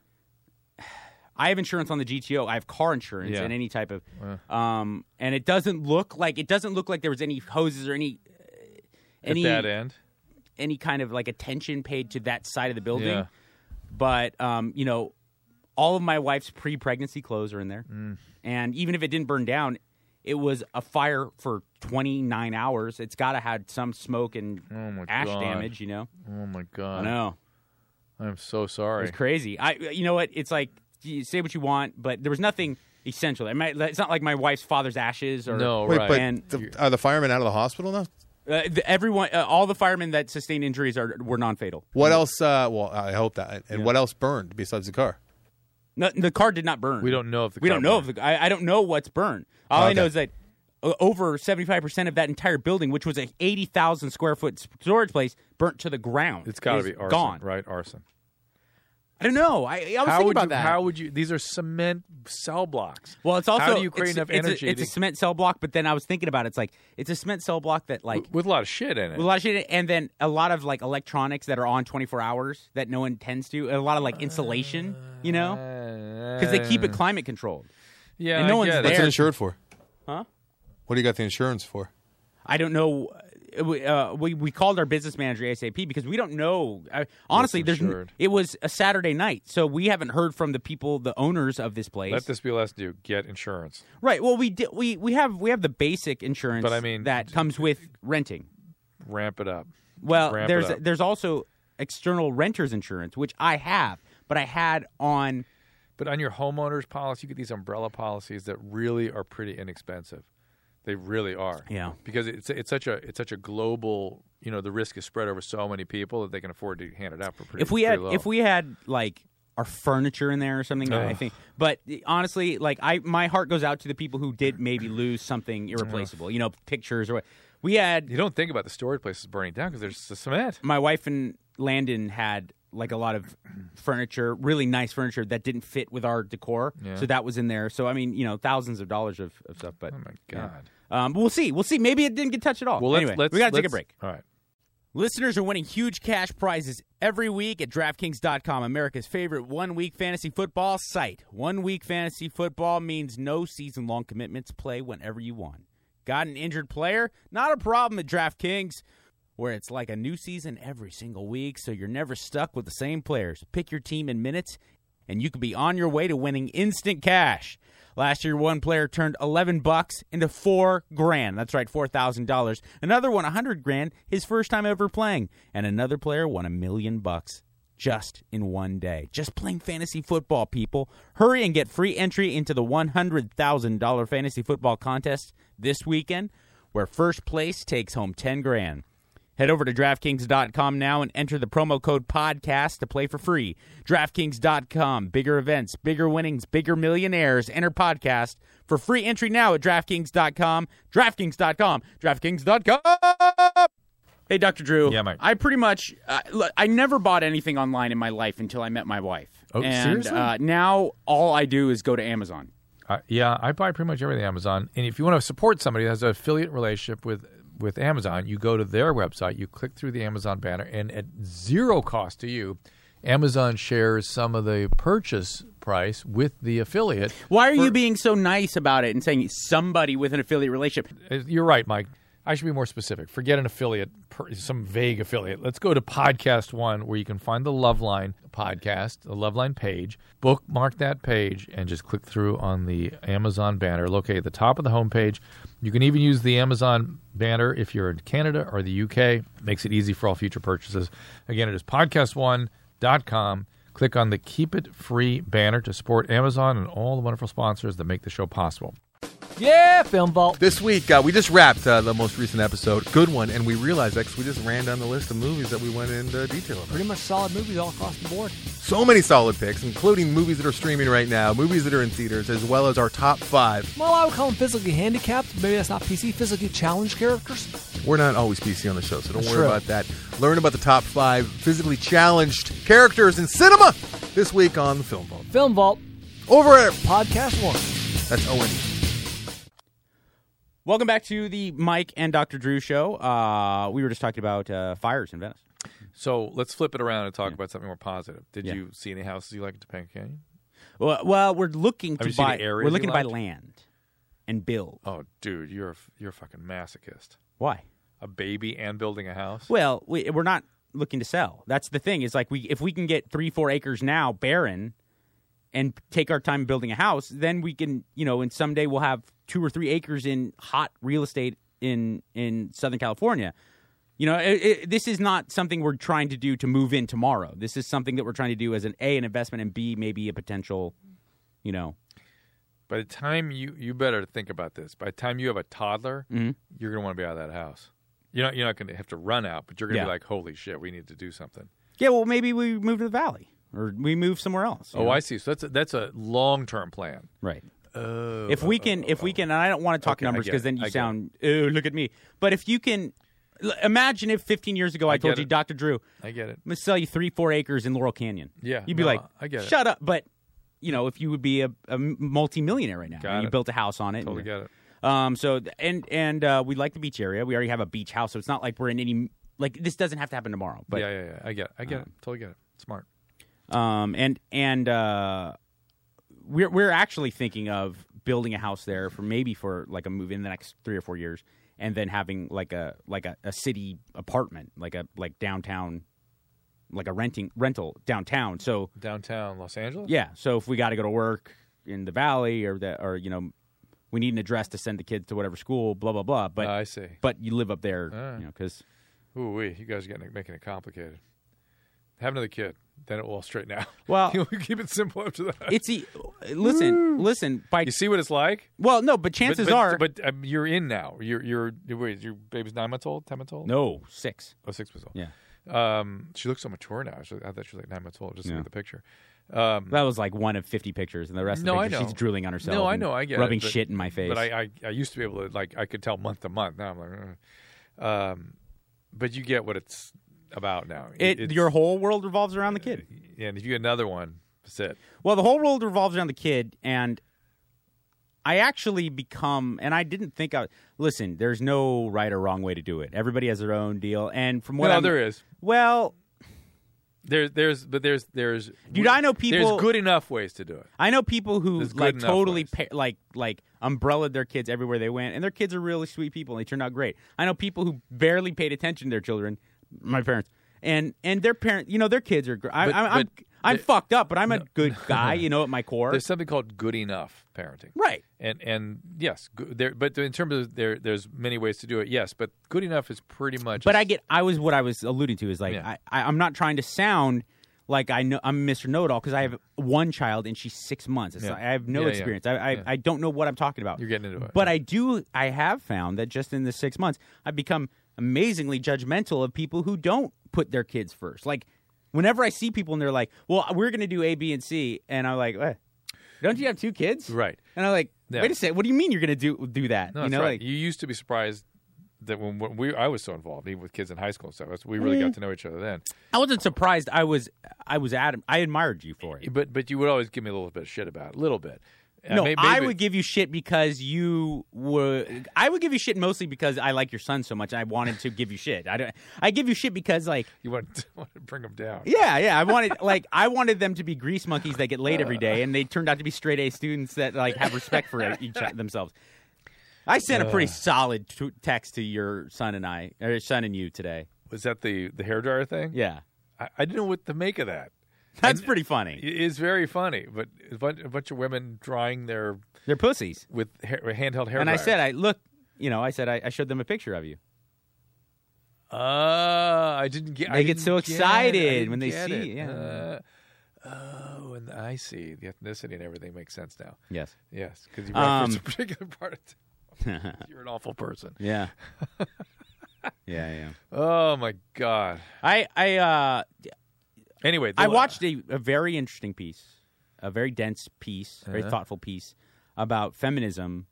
[SPEAKER 3] I have insurance on the GTO, I have car insurance
[SPEAKER 4] Yeah.
[SPEAKER 3] and any type of, um, and it doesn't look like it doesn't look like there was any hoses or any uh, any
[SPEAKER 4] At that end,
[SPEAKER 3] any kind of like attention paid to that side of the building,
[SPEAKER 4] yeah.
[SPEAKER 3] but um, you know, all of my wife's pre-pregnancy clothes are in there,
[SPEAKER 4] Mm.
[SPEAKER 3] and even if it didn't burn down, it was a fire for 29 hours. It's got to had some smoke and
[SPEAKER 4] Oh my
[SPEAKER 3] ash
[SPEAKER 4] God.
[SPEAKER 3] damage, you know.
[SPEAKER 4] Oh my
[SPEAKER 3] I
[SPEAKER 4] god!
[SPEAKER 3] know
[SPEAKER 4] I'm so
[SPEAKER 3] it
[SPEAKER 4] sorry.
[SPEAKER 3] was crazy. I, you know what? It's like you say what you want, but there was nothing essential. It might, it's not like my wife's father's ashes or
[SPEAKER 4] No,
[SPEAKER 2] Wait,
[SPEAKER 4] right?
[SPEAKER 2] but
[SPEAKER 3] And-
[SPEAKER 2] the, are the firemen out of the hospital now?
[SPEAKER 3] Uh, the, everyone, uh, all the firemen that sustained injuries are were non-fatal.
[SPEAKER 2] What else? Uh, well, I hope that. And what else burned besides the car?
[SPEAKER 3] No, the car did not burn.
[SPEAKER 4] We don't know if the
[SPEAKER 3] we
[SPEAKER 4] car
[SPEAKER 3] don't know
[SPEAKER 4] burned.
[SPEAKER 3] if the, I, I don't know what's burned. All I
[SPEAKER 2] Okay.
[SPEAKER 3] know is that o- over seventy five percent of that entire building, which was a eighty thousand square foot s- storage place, burnt to the ground.
[SPEAKER 4] it's got to
[SPEAKER 3] is
[SPEAKER 4] be arson,
[SPEAKER 3] gone.
[SPEAKER 4] right? Arson.
[SPEAKER 3] I don't know. I, I was
[SPEAKER 4] how
[SPEAKER 3] thinking
[SPEAKER 4] would
[SPEAKER 3] about
[SPEAKER 4] you?
[SPEAKER 3] that.
[SPEAKER 4] How would you? These are cement cell blocks.
[SPEAKER 3] well, it's also
[SPEAKER 4] how do you create
[SPEAKER 3] it's,
[SPEAKER 4] enough
[SPEAKER 3] it's a-
[SPEAKER 4] energy
[SPEAKER 3] it's a
[SPEAKER 4] to-
[SPEAKER 3] cement cell block, but then I was thinking about it. it's like it's a cement cell block that like
[SPEAKER 4] with a lot of shit in it.
[SPEAKER 3] With a lot of shit, and then a lot of like electronics that are on 24 hours that no one tends to. A lot of like insulation, you know, because they
[SPEAKER 4] Uh.
[SPEAKER 3] keep it climate controlled.
[SPEAKER 4] Yeah,
[SPEAKER 3] and no
[SPEAKER 4] I
[SPEAKER 3] one's
[SPEAKER 4] get
[SPEAKER 3] there.
[SPEAKER 2] What's
[SPEAKER 4] It.
[SPEAKER 2] it insured for?
[SPEAKER 3] Huh?
[SPEAKER 2] What do you got the insurance for?
[SPEAKER 3] I don't know. uh, we- Uh, we we called our business manager ASAP because we don't know. I, honestly, there's n-
[SPEAKER 4] insured?
[SPEAKER 3] it was a Saturday night, so we haven't heard from the people, the owners of this place.
[SPEAKER 4] Let this be less do. Get insurance.
[SPEAKER 3] right. Well, we did. We we have we have the basic insurance,
[SPEAKER 4] But I mean-
[SPEAKER 3] that comes with renting.
[SPEAKER 4] Ramp it up.
[SPEAKER 3] Well,
[SPEAKER 4] Ramp it
[SPEAKER 3] there's
[SPEAKER 4] up.
[SPEAKER 3] there's also external renters insurance, which I have, but I had on.
[SPEAKER 4] But on your homeowner's policy, you get these umbrella policies that really are pretty inexpensive. They really are.
[SPEAKER 3] Yeah.
[SPEAKER 4] Because it's it's such a it's such a global. You know, the risk is spread over so many people that they can afford to hand it out for pretty.
[SPEAKER 3] if we
[SPEAKER 4] pretty
[SPEAKER 3] had
[SPEAKER 4] low.
[SPEAKER 3] if we had like our furniture in there or something i think but honestly like i my heart goes out to the people who did maybe lose something irreplaceable you know pictures or what we had
[SPEAKER 4] you don't think about the storage places burning down because there's the cement.
[SPEAKER 3] my wife and landon had like a lot of furniture really nice furniture that didn't fit with our decor so that was in there so i mean you know thousands of dollars of, of stuff but
[SPEAKER 4] Oh my
[SPEAKER 3] yeah.
[SPEAKER 4] god.
[SPEAKER 3] um, but we'll see we'll see maybe it didn't get touched at all
[SPEAKER 4] Well, let's,
[SPEAKER 3] anyway
[SPEAKER 4] let's
[SPEAKER 3] we gotta take a
[SPEAKER 4] let's-
[SPEAKER 3] break
[SPEAKER 4] All right.
[SPEAKER 3] Listeners are winning huge cash prizes every week at DraftKings.com, America's favorite one week fantasy football site. One week fantasy football means no season long commitments. Play whenever you want. Got an injured player? Not a problem at DraftKings, where it's like a new season every single week, so you're never stuck with the same players. Pick your team in minutes, and you could be on your way to winning instant cash. Last year, one player turned 11 bucks into four grand. That's right, $4,000. Another won 100 grand, his first time ever playing. And another player won a million bucks just in one day. Just playing fantasy football, people. Hurry and get free entry into the $100,000 fantasy football contest this weekend, where first place takes home 10 grand. Head over to DraftKings.com now and enter the promo code podcast to play for free. DraftKings.com, bigger events, bigger winnings, bigger millionaires. Enter podcast for free entry now at DraftKings.com. DraftKings.com. DraftKings.com. Hey, Dr. Drew.
[SPEAKER 4] Yeah, Mike.
[SPEAKER 3] I pretty much, uh, look, I never bought anything online in my life until I met my wife.
[SPEAKER 4] Oh,
[SPEAKER 3] and,
[SPEAKER 4] seriously?
[SPEAKER 3] Uh, now all I do is go to Amazon.
[SPEAKER 4] Uh, yeah, I buy pretty much everything Amazon. And if you want to support somebody that has an affiliate relationship with with Amazon, you go to their website, you click through the Amazon banner, and at zero cost to you, Amazon shares some of the purchase price with the affiliate.
[SPEAKER 3] Why are you being so nice about it and saying somebody with an affiliate relationship?
[SPEAKER 4] Uh, You're right, Mike. I should be more specific. Forget an affiliate, per- some vague affiliate. Let's go to Podcast One, where you can find the Loveline podcast, the Loveline page. Bookmark that page and just click through on the Amazon banner located at the top of the homepage. You can even use the Amazon banner if you're in Canada or the UK. makes it easy for all future purchases. Again, it is podcastone.com. Click on the Keep It Free banner to support Amazon and all the wonderful sponsors that make the show possible.
[SPEAKER 5] Yeah, Film Vault.
[SPEAKER 6] This week, uh, we just wrapped uh, the most recent episode. Good one. And we realized that 'cause we just ran down the list of movies that we went into detail about.
[SPEAKER 5] Pretty much solid movies all across the board.
[SPEAKER 6] So many solid picks, including movies that are streaming right now, movies that are in theaters, as well as our top five.
[SPEAKER 5] Well, I would call them physically handicapped. Maybe that's not PC. Physically challenged characters.
[SPEAKER 6] We're not always PC on the show, so don't
[SPEAKER 5] That's
[SPEAKER 6] worry
[SPEAKER 5] true.
[SPEAKER 6] about that. Learn about the top five physically challenged characters in cinema this week on the Film Vault.
[SPEAKER 5] Film Vault,
[SPEAKER 6] Over at
[SPEAKER 5] Podcast One.
[SPEAKER 6] that's E. Owen.
[SPEAKER 3] Welcome back to the Mike and Dr. Drew show. Uh, we were just talking about uh, fires in Venice.
[SPEAKER 4] So let's flip it around and talk about something more positive. Did
[SPEAKER 3] Yeah.
[SPEAKER 4] you see any houses you like in Topanga Canyon?
[SPEAKER 3] Well, well we're looking
[SPEAKER 4] Have
[SPEAKER 3] to
[SPEAKER 4] you seen
[SPEAKER 3] buy.
[SPEAKER 4] the areas
[SPEAKER 3] We're looking
[SPEAKER 4] you
[SPEAKER 3] to buy
[SPEAKER 4] liked?
[SPEAKER 3] land and build.
[SPEAKER 4] Oh, dude, you're a, f- you're a fucking masochist.
[SPEAKER 3] Why?
[SPEAKER 4] A baby and building a house.
[SPEAKER 3] Well, we, we're not looking to sell. That's the thing. Is like we if we can get three four acres now barren, and take our time building a house, then we can you know and someday we'll have two or three acres in hot real estate in in Southern California. You know, it, it, this is not something we're trying to do to move in tomorrow. This is something that we're trying to do as an A, an investment, and B, maybe a potential, you know,
[SPEAKER 4] By the time you you better think about this. By the time you have a toddler,
[SPEAKER 3] Mm-hmm.
[SPEAKER 4] you're gonna want to be out of that house. You're not you're not gonna have to run out, but you're gonna
[SPEAKER 3] Yeah.
[SPEAKER 4] be like, holy shit, we need to do something.
[SPEAKER 3] yeah. Well, maybe we move to the valley or we move somewhere else. you
[SPEAKER 4] Oh,
[SPEAKER 3] know?
[SPEAKER 4] I see. So that's a, that's a long term plan.
[SPEAKER 3] Right.
[SPEAKER 4] Oh,
[SPEAKER 3] if we can, if we can, and I don't want to talk
[SPEAKER 4] Okay, I
[SPEAKER 3] numbers
[SPEAKER 4] get
[SPEAKER 3] because
[SPEAKER 4] it.
[SPEAKER 3] then you
[SPEAKER 4] I get it.
[SPEAKER 3] sound, oh, look at me. But if you can, l- imagine if 15 years ago I,
[SPEAKER 4] get
[SPEAKER 3] told you,
[SPEAKER 4] it.
[SPEAKER 3] Dr. Drew, I'm
[SPEAKER 4] I get it.
[SPEAKER 3] going to sell you three, four acres in Laurel Canyon.
[SPEAKER 4] Yeah,
[SPEAKER 3] You'd be
[SPEAKER 4] no,
[SPEAKER 3] like,
[SPEAKER 4] I get it.
[SPEAKER 3] shut up. But, you know, if you would be a, a multimillionaire right now,
[SPEAKER 4] Got
[SPEAKER 3] and you
[SPEAKER 4] it.
[SPEAKER 3] built a house on it.
[SPEAKER 4] Totally
[SPEAKER 3] and-
[SPEAKER 4] get it.
[SPEAKER 3] Um, so, th- and, and uh, we like the beach area. We already have a beach house. So it's not like we're in any, like, this doesn't have to happen tomorrow. But Uh-huh.
[SPEAKER 4] yeah, yeah, yeah. I get it. I get it. Totally get it. Smart.
[SPEAKER 3] um, and and uh, we're we're actually thinking of building a house there for maybe for like a move in the next three or four years, and then having like a like a, a city apartment, like a like downtown, like a renting rental downtown. So
[SPEAKER 4] Downtown Los Angeles.
[SPEAKER 3] yeah, so if we got to go to work in the valley or that or you know, we need an address to send the kids to whatever school, blah blah blah. But
[SPEAKER 4] Uh, I see.
[SPEAKER 3] but you live up there,
[SPEAKER 4] Ah.
[SPEAKER 3] you know, because
[SPEAKER 4] Ooh wee, you guys are getting making it complicated. Have another kid, then it will all straighten out.
[SPEAKER 3] Well-
[SPEAKER 4] <laughs> you keep it simple after that.
[SPEAKER 3] it's e- listen listen by
[SPEAKER 4] you see what it's like.
[SPEAKER 3] well no, but
[SPEAKER 4] But-
[SPEAKER 3] chances
[SPEAKER 4] but,
[SPEAKER 3] are
[SPEAKER 4] but um, you're in now. You're you're you're- wait, your baby's nine months old, ten months old.
[SPEAKER 3] no six
[SPEAKER 4] oh, six months old.
[SPEAKER 3] yeah.
[SPEAKER 4] Um, she looks so mature now. She, I thought she was like nine months old. Just look
[SPEAKER 3] Yeah.
[SPEAKER 4] at the picture. Um,
[SPEAKER 3] That was like one of 50 pictures, and the rest
[SPEAKER 4] No,
[SPEAKER 3] of
[SPEAKER 4] I
[SPEAKER 3] the pictures,
[SPEAKER 4] know.
[SPEAKER 3] she's drooling on herself.
[SPEAKER 4] no, I
[SPEAKER 3] and
[SPEAKER 4] know, I get
[SPEAKER 3] Rubbing
[SPEAKER 4] it, but-
[SPEAKER 3] shit in my face.
[SPEAKER 4] But I, I I used to be able to like I could tell month to month. Now I'm like, "Ugh." um, but you get what it's about now.
[SPEAKER 3] it,
[SPEAKER 4] it's-
[SPEAKER 3] your whole world revolves around the kid.
[SPEAKER 4] and if you get another one, that's it.
[SPEAKER 3] Well, the whole world revolves around the kid, and I actually become, and I didn't think I, listen, there's no right or wrong way to do it. Everybody has their own deal. And from what
[SPEAKER 4] no,
[SPEAKER 3] I'm-
[SPEAKER 4] there is.
[SPEAKER 3] Well,
[SPEAKER 4] There's there's but there's there's
[SPEAKER 3] Dude, I know people-
[SPEAKER 4] There's good enough ways to do it.
[SPEAKER 3] I know people who
[SPEAKER 4] There's good
[SPEAKER 3] like
[SPEAKER 4] enough
[SPEAKER 3] totally
[SPEAKER 4] ways.
[SPEAKER 3] pa- like like umbrellaed their kids everywhere they went, and their kids are really sweet people, and they turned out great. I know people who barely paid attention to their children, my parents, and and their parent, you know, their kids are. Gr- I,
[SPEAKER 4] But-
[SPEAKER 3] I'm I'm,
[SPEAKER 4] but
[SPEAKER 3] I'm
[SPEAKER 4] the-
[SPEAKER 3] fucked up, but I'm a
[SPEAKER 4] <laughs>
[SPEAKER 3] good guy, you know, at my core.
[SPEAKER 4] There's something called good enough parenting.
[SPEAKER 3] Right.
[SPEAKER 4] And and yes, good, there. But in terms of there, there's many ways to do it. Yes, but good enough is pretty much.
[SPEAKER 3] But I get, I was what I was alluding to is like
[SPEAKER 4] Yeah.
[SPEAKER 3] I, I, I'm not trying to sound like I know I'm Mr. Know It All because I have one child and she's six months. It's
[SPEAKER 4] Yeah.
[SPEAKER 3] like, I have no
[SPEAKER 4] Yeah, yeah.
[SPEAKER 3] experience. I I,
[SPEAKER 4] Yeah.
[SPEAKER 3] I don't know what I'm talking about.
[SPEAKER 4] You're getting into it.
[SPEAKER 3] But I do. I have found that just in the six months, I've become amazingly judgmental of people who don't put their kids first. Like whenever I see people and they're like, "Well, we're going to do A, B, and C," and I'm like, eh, "Don't you have two kids?"
[SPEAKER 4] Right.
[SPEAKER 3] And I'm like,
[SPEAKER 4] Yeah.
[SPEAKER 3] "Wait a second. What do you mean you're going to do do that?"
[SPEAKER 4] No,
[SPEAKER 3] you
[SPEAKER 4] that's
[SPEAKER 3] know,
[SPEAKER 4] right.
[SPEAKER 3] like
[SPEAKER 4] you used to be surprised that when, when we I was so involved, even with kids in high school and stuff. that's- We
[SPEAKER 3] Mm.
[SPEAKER 4] really got to know each other then.
[SPEAKER 3] I wasn't surprised. I was. I was adamant. I admired you for it.
[SPEAKER 4] But but you would always give me a little bit of shit about it, a little bit. And
[SPEAKER 3] No,
[SPEAKER 4] may-
[SPEAKER 3] I
[SPEAKER 4] maybe-
[SPEAKER 3] would give you shit because you were. I would give you shit mostly because I like your son so much. And I wanted to give you shit. I don't. I give you shit because like,
[SPEAKER 4] you want <laughs> to, want to bring them down.
[SPEAKER 3] yeah, yeah. I <laughs> wanted like I wanted them to be grease monkeys that get laid every day, and they turned out to be straight A students that like have respect for each themselves. I sent a pretty solid t- text to your son and I, or your son and you today.
[SPEAKER 4] Was that the the hairdryer thing?
[SPEAKER 3] Yeah,
[SPEAKER 4] I, I didn't know what to make of that.
[SPEAKER 3] that's pretty funny.
[SPEAKER 4] It is very funny, but a bunch, a bunch of women drying their
[SPEAKER 3] They're pussies.
[SPEAKER 4] with hair, with handheld hair.
[SPEAKER 3] And I said, I look, you know, I said I, I showed them a picture of you.
[SPEAKER 4] "Uh, I didn't get." I
[SPEAKER 3] They get
[SPEAKER 4] didn't
[SPEAKER 3] so
[SPEAKER 4] it. Ah, I
[SPEAKER 3] excited
[SPEAKER 4] didn't
[SPEAKER 3] when they
[SPEAKER 4] get
[SPEAKER 3] see it,
[SPEAKER 4] Uh, oh, and I see the ethnicity and everything makes sense now.
[SPEAKER 3] Yes.
[SPEAKER 4] Yes, because you
[SPEAKER 3] Um,
[SPEAKER 4] referenced a particular part of
[SPEAKER 3] <laughs>
[SPEAKER 4] town. You're an awful person. <laughs>
[SPEAKER 3] Yeah. yeah, yeah.
[SPEAKER 4] Oh my god.
[SPEAKER 3] I I uh
[SPEAKER 4] Anyway, the-
[SPEAKER 3] I watched a, a very interesting piece, a very dense piece, a very
[SPEAKER 4] Uh-huh.
[SPEAKER 3] thoughtful piece about feminism.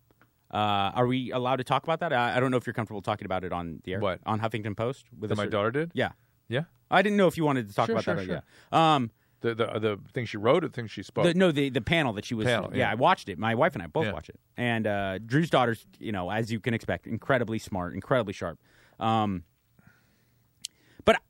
[SPEAKER 3] Uh, are we allowed to talk about that? I, I don't know if you're comfortable talking about it on the air.
[SPEAKER 4] What?
[SPEAKER 3] on Huffington Post with
[SPEAKER 4] that
[SPEAKER 3] a
[SPEAKER 4] my
[SPEAKER 3] cer-
[SPEAKER 4] daughter did.
[SPEAKER 3] Yeah,
[SPEAKER 4] Yeah.
[SPEAKER 3] I didn't know if you wanted to talk
[SPEAKER 4] Sure,
[SPEAKER 3] about
[SPEAKER 4] sure,
[SPEAKER 3] that.
[SPEAKER 4] sure.
[SPEAKER 3] Yeah. Um,
[SPEAKER 4] The the the thing she wrote, or the thing she spoke.
[SPEAKER 3] the, no, the the panel that she was.
[SPEAKER 4] Panel,
[SPEAKER 3] yeah.
[SPEAKER 4] yeah.
[SPEAKER 3] I watched it. My wife and I both
[SPEAKER 4] Yeah.
[SPEAKER 3] watched it. And uh, Drew's daughter's, you know, as you can expect, incredibly smart, incredibly sharp. Um, but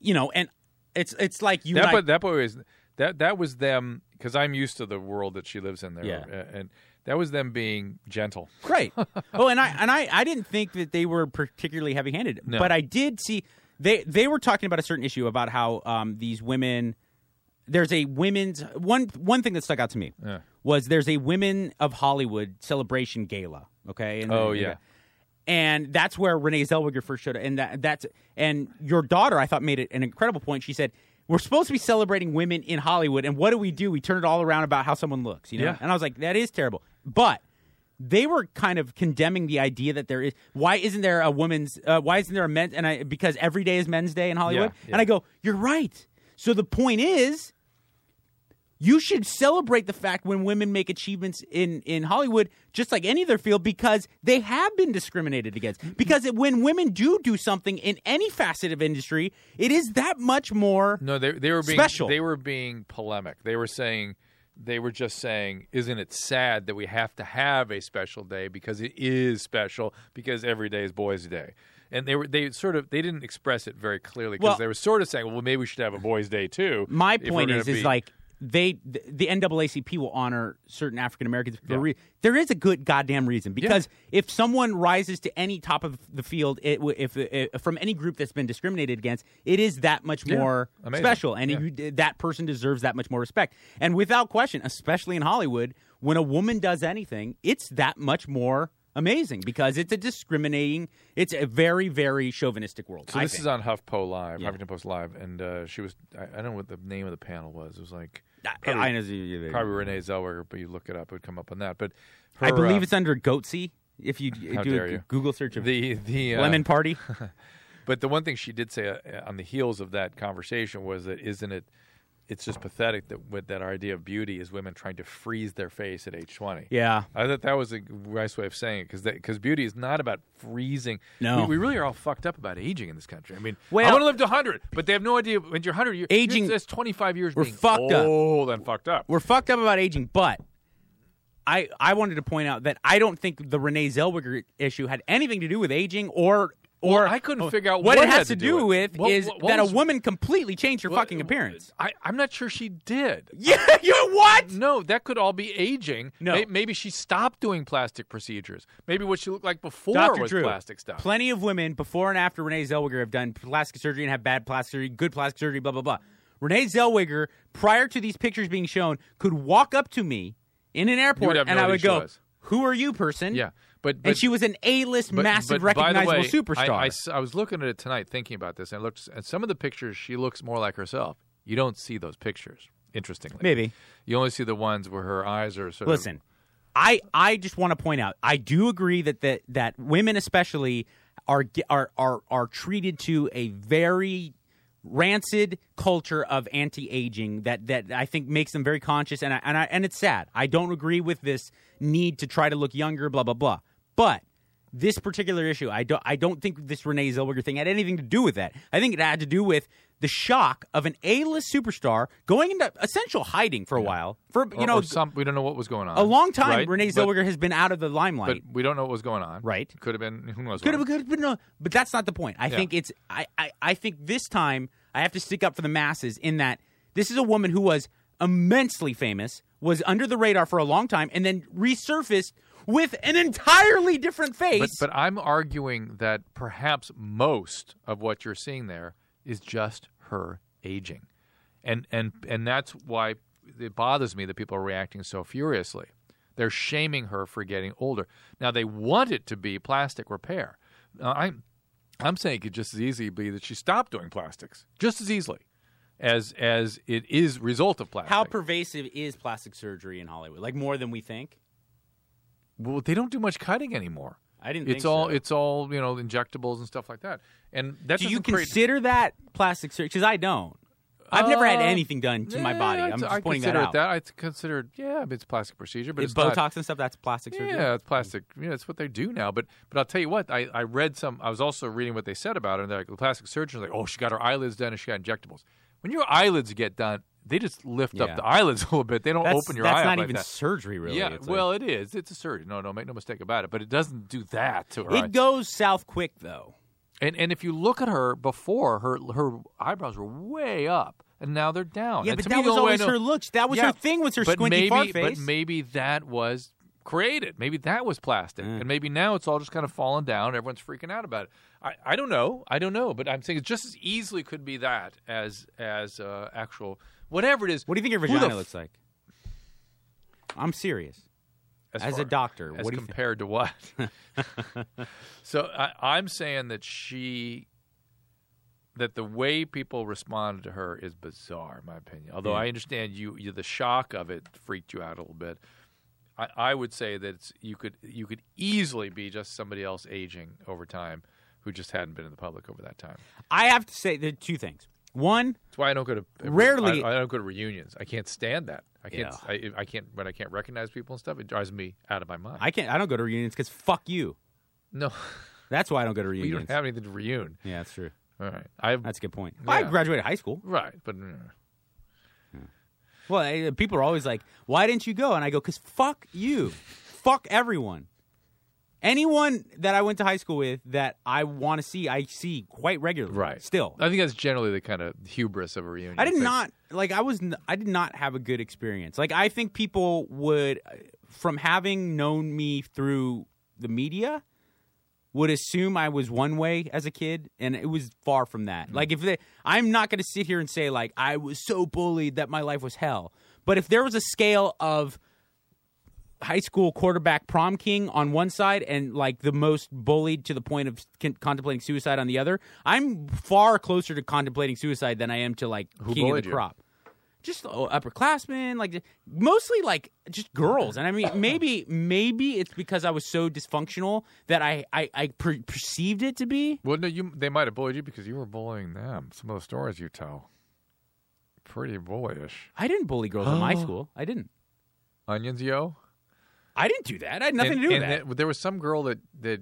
[SPEAKER 3] you know, and it's it's like you.
[SPEAKER 4] that
[SPEAKER 3] and I- <laughs>
[SPEAKER 4] but that boy was that that was them because I'm used to the world that she lives in there.
[SPEAKER 3] Yeah.
[SPEAKER 4] uh, and that was them being gentle.
[SPEAKER 3] Right. oh, and I and I, I didn't think that they were particularly heavy-handed,
[SPEAKER 4] No.
[SPEAKER 3] but I did see they they were talking about a certain issue about how um, these women there's a women's one one thing that stuck out to me
[SPEAKER 4] Yeah.
[SPEAKER 3] was there's a women of Hollywood celebration gala, okay? And
[SPEAKER 4] Oh,
[SPEAKER 3] the-
[SPEAKER 4] yeah.
[SPEAKER 3] And that's where Renee Zellweger first showed up and that that's and your daughter I thought made it an incredible point. She said we're supposed to be celebrating women in Hollywood, and what do we do? We turn it all around about how someone looks, you know.
[SPEAKER 4] Yeah.
[SPEAKER 3] And I was like, that is terrible. But they were kind of condemning the idea that there is why isn't there a woman's uh, why isn't there a men's and I because every day is men's day in Hollywood
[SPEAKER 4] Yeah, yeah.
[SPEAKER 3] and I go you're right so the point is you should celebrate the fact when women make achievements in in Hollywood just like any other field because they have been discriminated against because it, when women do do something in any facet of industry it is that much more
[SPEAKER 4] No, they they were being
[SPEAKER 3] Special.
[SPEAKER 4] They were being polemic. They were saying they were just saying, isn't it sad that we have to have a special day because it is special because every day is Boys' Day. And they were they sort of they didn't express it very clearly because
[SPEAKER 3] Well-
[SPEAKER 4] they were sort of saying, well, maybe we should have a Boys' Day too.
[SPEAKER 3] My
[SPEAKER 4] if we're
[SPEAKER 3] point
[SPEAKER 4] gonna
[SPEAKER 3] is,
[SPEAKER 4] be-
[SPEAKER 3] is like they the, the NAACP will honor certain African Americans for
[SPEAKER 4] Yeah.
[SPEAKER 3] a reason. There is a good goddamn reason because if someone rises to any top of the field, it, w- if, if from any group that's been discriminated against, it is that much more
[SPEAKER 4] Amazing.
[SPEAKER 3] special, and
[SPEAKER 4] Yeah.
[SPEAKER 3] you, that person deserves that much more respect. And without question, especially in Hollywood, when a woman does anything, it's that much more. Amazing because it's a discriminating, it's a very, very chauvinistic world.
[SPEAKER 4] So
[SPEAKER 3] I
[SPEAKER 4] this
[SPEAKER 3] think.
[SPEAKER 4] is on HuffPo Live,
[SPEAKER 3] Yeah.
[SPEAKER 4] Huffington Post Live, and uh, she was I, I don't know what the name of the panel was. It was like
[SPEAKER 3] I, I, I-
[SPEAKER 4] probably Renee Zellweger, but you look it up, it would come up on that. But
[SPEAKER 3] I
[SPEAKER 4] her,
[SPEAKER 3] believe
[SPEAKER 4] uh,
[SPEAKER 3] it's under Goatsy. If you
[SPEAKER 4] How
[SPEAKER 3] do
[SPEAKER 4] dare
[SPEAKER 3] a
[SPEAKER 4] you.
[SPEAKER 3] Google search of
[SPEAKER 4] the the uh,
[SPEAKER 3] lemon party,
[SPEAKER 4] But the one thing she did say uh, on the heels of that conversation was that isn't it? It's just pathetic that with that idea of beauty is women trying to freeze their face at age twenty.
[SPEAKER 3] yeah,
[SPEAKER 4] I thought that was a nice way of saying it because because beauty is not about freezing.
[SPEAKER 3] No.
[SPEAKER 4] we, we really are all fucked up about aging in this country. I mean, I
[SPEAKER 3] Well-
[SPEAKER 4] want to live to hundred, but they have no idea when you're hundred. You're,
[SPEAKER 3] Aging-
[SPEAKER 4] that's twenty five years.
[SPEAKER 3] we're
[SPEAKER 4] being
[SPEAKER 3] fucked up.
[SPEAKER 4] old and fucked up.
[SPEAKER 3] we're fucked up about aging. But I I wanted to point out that I don't think the Renee Zellweger issue had anything to do with aging or or
[SPEAKER 4] I couldn't
[SPEAKER 3] or
[SPEAKER 4] figure out
[SPEAKER 3] what,
[SPEAKER 4] what
[SPEAKER 3] it
[SPEAKER 4] had
[SPEAKER 3] has
[SPEAKER 4] to
[SPEAKER 3] to
[SPEAKER 4] do
[SPEAKER 3] do
[SPEAKER 4] with-
[SPEAKER 3] with
[SPEAKER 4] What-
[SPEAKER 3] is
[SPEAKER 4] what- what
[SPEAKER 3] that
[SPEAKER 4] was-
[SPEAKER 3] a woman completely changed her
[SPEAKER 4] Well,
[SPEAKER 3] fucking appearance.
[SPEAKER 4] <laughs> I, I'm not sure she did.
[SPEAKER 3] yeah, <laughs> you what?
[SPEAKER 4] No, that could all be aging.
[SPEAKER 3] No.
[SPEAKER 4] May- maybe she stopped doing plastic procedures. Maybe what she looked like before
[SPEAKER 3] Dr.
[SPEAKER 4] was
[SPEAKER 3] Drew,
[SPEAKER 4] plastic stuff.
[SPEAKER 3] Plenty of women before and after Renee Zellweger have done plastic surgery and have bad plastic surgery, good plastic surgery, blah blah blah. Renee Zellweger, prior to these pictures being shown, could walk up to me in an airport
[SPEAKER 4] have
[SPEAKER 3] and
[SPEAKER 4] no
[SPEAKER 3] I
[SPEAKER 4] idea
[SPEAKER 3] would
[SPEAKER 4] she
[SPEAKER 3] go,
[SPEAKER 4] was.
[SPEAKER 3] "Who are you, person?"
[SPEAKER 4] yeah, but, but
[SPEAKER 3] and she was an A-list,
[SPEAKER 4] but-
[SPEAKER 3] massive,
[SPEAKER 4] but by the
[SPEAKER 3] recognizable
[SPEAKER 4] way,
[SPEAKER 3] superstar.
[SPEAKER 4] I, I s- I was looking at it tonight, thinking about this, and I looked at some of the pictures. She looks more like herself. You don't see those pictures. Interestingly,
[SPEAKER 3] Maybe.
[SPEAKER 4] you only see the ones where her eyes are sort
[SPEAKER 3] Listen, I I just want to point out I do agree that that that women especially are ge- are are are treated to a very rancid culture of anti-aging that that I think makes them very conscious and I, and I, and it's sad. I don't agree with this need to try to look younger blah blah blah. But this particular issue, I don't I don't think this Renee Zellweger thing had anything to do with that. I think it had to do with the shock of an A-list superstar going into essential hiding for a while for
[SPEAKER 4] of,
[SPEAKER 3] you
[SPEAKER 4] or-
[SPEAKER 3] know
[SPEAKER 4] or some, we don't know what was going on.
[SPEAKER 3] a long time
[SPEAKER 4] right?
[SPEAKER 3] Renee
[SPEAKER 4] But-
[SPEAKER 3] Zellweger has been out of the
[SPEAKER 4] But,
[SPEAKER 3] limelight.
[SPEAKER 4] we don't know what was going on.
[SPEAKER 3] Right.
[SPEAKER 4] Could have been. Who knows?
[SPEAKER 3] could have,
[SPEAKER 4] what.
[SPEAKER 3] could have, but no. But that's not the point. I think it's. I, I, I think this time I have to stick up for the masses in that this is a woman who was immensely famous, was under the radar for a long time, and then resurfaced with an entirely different face.
[SPEAKER 4] But, but I'm arguing that perhaps most of what you're seeing there is just her aging, and and and that's why it bothers me that people are reacting so furiously. They're shaming her for getting older. Now they want it to be plastic repair. Now, I'm I'm saying it could just as easily be that she stopped doing plastics, just as easily. as as it is result of plastic.
[SPEAKER 3] How pervasive is plastic surgery in Hollywood? Like more than we think.
[SPEAKER 4] well, they don't do much cutting anymore.
[SPEAKER 3] I didn't.
[SPEAKER 4] It's
[SPEAKER 3] think
[SPEAKER 4] all
[SPEAKER 3] so.
[SPEAKER 4] it's all you know injectables and stuff like that. And that
[SPEAKER 3] Do you
[SPEAKER 4] doesn't create-
[SPEAKER 3] consider that plastic surgery? Because I don't. I've never had
[SPEAKER 4] Uh,
[SPEAKER 3] anything done to my
[SPEAKER 4] Yeah,
[SPEAKER 3] body.
[SPEAKER 4] I-
[SPEAKER 3] I'm just
[SPEAKER 4] I
[SPEAKER 3] pointing that
[SPEAKER 4] consider it
[SPEAKER 3] out.
[SPEAKER 4] That I consider it- yeah, I mean, it's a plastic procedure, but
[SPEAKER 3] It-
[SPEAKER 4] it's
[SPEAKER 3] Botox
[SPEAKER 4] not,
[SPEAKER 3] and stuff. That's plastic surgery.
[SPEAKER 4] Yeah, it's plastic. Yeah, that's what they do now. But but I'll tell you what, I, I read some. I was also reading what they said about her. And they're like, the plastic surgeon's like, oh, she got her eyelids done and she got injectables. When your eyelids get done, they just lift
[SPEAKER 3] Yeah.
[SPEAKER 4] up the eyelids <laughs> a little bit. They don't
[SPEAKER 3] That's,
[SPEAKER 4] open your
[SPEAKER 3] that's
[SPEAKER 4] eye
[SPEAKER 3] not
[SPEAKER 4] up like
[SPEAKER 3] even
[SPEAKER 4] that.
[SPEAKER 3] surgery, really.
[SPEAKER 4] Yeah,
[SPEAKER 3] It's like-
[SPEAKER 4] well, it is. It's a surgery. No, no, make no mistake about it. But it doesn't do that to her. eye.
[SPEAKER 3] it goes south quick though.
[SPEAKER 4] and and if you look at her before, her her eyebrows were way up, and now they're down.
[SPEAKER 3] Yeah,
[SPEAKER 4] And
[SPEAKER 3] but
[SPEAKER 4] to
[SPEAKER 3] that
[SPEAKER 4] me, the
[SPEAKER 3] was
[SPEAKER 4] only way I
[SPEAKER 3] always
[SPEAKER 4] know-
[SPEAKER 3] her looks. That was
[SPEAKER 4] Yeah,
[SPEAKER 3] her thing. Was her
[SPEAKER 4] but
[SPEAKER 3] squinty
[SPEAKER 4] maybe,
[SPEAKER 3] far face.
[SPEAKER 4] But maybe that was created. Maybe that was plastic, and maybe now it's all just kind of fallen down. Everyone's freaking out about it. I, I don't know. I don't know. But I'm saying it just as easily could be that as as uh, actual whatever it is.
[SPEAKER 3] what do you think your
[SPEAKER 4] Who the
[SPEAKER 3] vagina
[SPEAKER 4] f-
[SPEAKER 3] looks like? I'm serious.
[SPEAKER 4] as,
[SPEAKER 3] As a
[SPEAKER 4] far-
[SPEAKER 3] doctor,
[SPEAKER 4] as
[SPEAKER 3] what do you think?
[SPEAKER 4] compared
[SPEAKER 3] <laughs>
[SPEAKER 4] to what? so I, I'm saying that she, that the way people responded to her is bizarre, in my opinion.
[SPEAKER 3] Hmm.
[SPEAKER 4] Although I understand you, you, the shock of it freaked you out a little bit. I, I would say that it's, you could you could easily be just somebody else aging over time, who just hadn't been in the public over that time.
[SPEAKER 3] I have to say there are two things. One,
[SPEAKER 4] That's why I don't go to
[SPEAKER 3] Rarely-
[SPEAKER 4] I, I don't go to reunions. I can't stand that. I can't.
[SPEAKER 3] Yeah.
[SPEAKER 4] I, I can't. When I can't recognize people and stuff, it drives me out of my mind.
[SPEAKER 3] I can't. I don't go to reunions because fuck you.
[SPEAKER 4] no. <laughs>
[SPEAKER 3] That's why I don't go to
[SPEAKER 4] We
[SPEAKER 3] reunions.
[SPEAKER 4] don't have anything to reune.
[SPEAKER 3] yeah, that's true.
[SPEAKER 4] All right. I
[SPEAKER 3] That's a good point.
[SPEAKER 4] Yeah.
[SPEAKER 7] I graduated high school.
[SPEAKER 4] right, but mm,
[SPEAKER 3] Well, I- people are always like, "Why didn't you go?" And I go, "Cause fuck you, fuck everyone." Anyone that I went to high school with that I want to see, I see quite regularly.
[SPEAKER 4] right.
[SPEAKER 3] Still,
[SPEAKER 4] I think that's generally the kind of hubris of a reunion.
[SPEAKER 3] I did
[SPEAKER 4] It's like,
[SPEAKER 3] not like. I was. n- I did not have a good experience. Like I think people would, uh, from having known me through the media, would assume I was one way as a kid, and it was far from that. Like if they, I'm not going to sit here and say like I was so bullied that my life was hell. But if there was a scale of high school quarterback prom king on one side and like the most bullied to the point of con- contemplating suicide on the other i'm far closer to contemplating suicide than i am to like
[SPEAKER 4] Who
[SPEAKER 3] king of
[SPEAKER 4] bullied
[SPEAKER 3] the
[SPEAKER 4] you?
[SPEAKER 3] crop just oh, upperclassmen like j- mostly like just girls and i
[SPEAKER 4] <coughs>
[SPEAKER 3] mean maybe maybe it's because i was so dysfunctional that i i, I per- perceived it to be
[SPEAKER 4] Well, no, you they might have bullied you because you were bullying them. Some of the stories you tell, pretty bullish.
[SPEAKER 3] i didn't bully girls in
[SPEAKER 4] Oh.
[SPEAKER 3] my school i didn't
[SPEAKER 4] Onions, yo.
[SPEAKER 3] i didn't do that i had nothing
[SPEAKER 4] And-
[SPEAKER 3] to do with
[SPEAKER 4] and
[SPEAKER 3] that
[SPEAKER 4] There was some girl that that.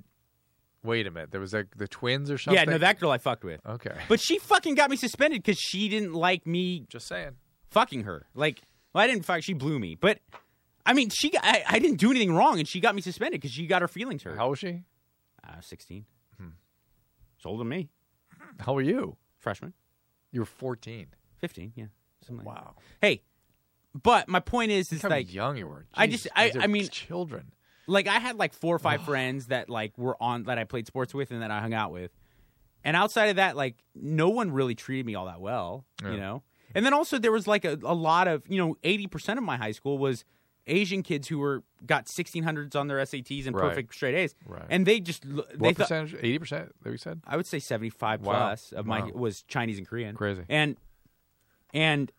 [SPEAKER 4] Wait a minute. There was like the twins or
[SPEAKER 3] yeah
[SPEAKER 4] something.
[SPEAKER 3] no that girl i fucked with
[SPEAKER 4] Okay.
[SPEAKER 3] but she fucking got me suspended because she didn't like me
[SPEAKER 4] Just saying.
[SPEAKER 3] fucking her. Like, well, I didn't fuck. She blew me, but I mean, she. Got, I, I didn't do anything wrong, and she got me suspended because she got her feelings hurt.
[SPEAKER 4] How was she?
[SPEAKER 3] Uh, Sixteen. It's older than me.
[SPEAKER 4] How were you?
[SPEAKER 3] Freshman.
[SPEAKER 4] You were fourteen.
[SPEAKER 3] Fifteen. Yeah. Something like wow. Hey, but my point is, is
[SPEAKER 4] Look how
[SPEAKER 3] like,
[SPEAKER 4] young you were.
[SPEAKER 3] I just-
[SPEAKER 4] Jesus,
[SPEAKER 3] I-
[SPEAKER 4] these are
[SPEAKER 3] I mean-
[SPEAKER 4] children.
[SPEAKER 3] like I had like four or five friends that like were on that I played sports with and that I hung out with, and outside of that, like no one really treated me all that well, you know. And then also there was like a, a lot of you know eighty percent of my high school was Asian kids who were got sixteen hundreds on their SATs and
[SPEAKER 4] Right.
[SPEAKER 3] perfect straight A's,
[SPEAKER 4] Right.
[SPEAKER 3] and they just l- they
[SPEAKER 4] What
[SPEAKER 3] thought-
[SPEAKER 4] percentage? Eighty percent. That we said.
[SPEAKER 3] I would say 75
[SPEAKER 4] Wow.
[SPEAKER 3] plus of my
[SPEAKER 4] Wow.
[SPEAKER 3] was Chinese and Korean.
[SPEAKER 4] Crazy.
[SPEAKER 3] And and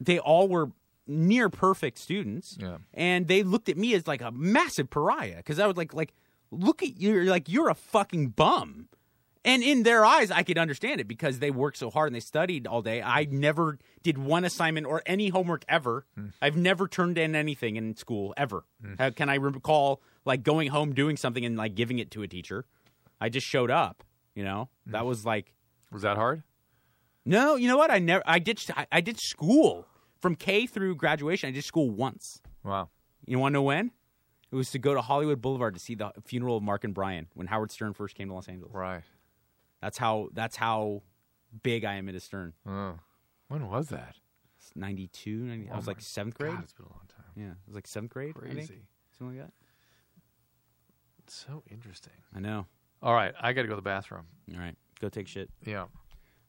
[SPEAKER 3] they all were near perfect students.
[SPEAKER 4] Yeah.
[SPEAKER 3] And they looked at me as like a massive pariah cuz I was like like look at you like you're a fucking bum. And in their eyes I could understand it because they worked so hard and they studied all day. I never did one assignment or any homework ever. I've never turned in anything in school ever. How can I recall like going home doing something and like giving it to a teacher? I just showed up. You know, that was like,
[SPEAKER 4] Was that hard?
[SPEAKER 3] no, you know what? I never, I did, I, I did school from K through graduation. I did school once.
[SPEAKER 4] Wow.
[SPEAKER 3] You want to know when? It was to go to Hollywood Boulevard to see the funeral of Mark and Brian when Howard Stern first came to Los Angeles.
[SPEAKER 4] Right.
[SPEAKER 3] That's how. That's how big I am into Stern.
[SPEAKER 4] Oh. When was that?
[SPEAKER 3] It's 92, 90 I was like seventh grade.
[SPEAKER 4] Oh God, it's been a long time.
[SPEAKER 3] Yeah, it was like seventh grade. I think.
[SPEAKER 4] Crazy.
[SPEAKER 3] something like that.
[SPEAKER 4] So interesting.
[SPEAKER 3] I know.
[SPEAKER 4] All right, I got to go to the bathroom.
[SPEAKER 3] All right, go take shit.
[SPEAKER 4] Yeah.
[SPEAKER 3] All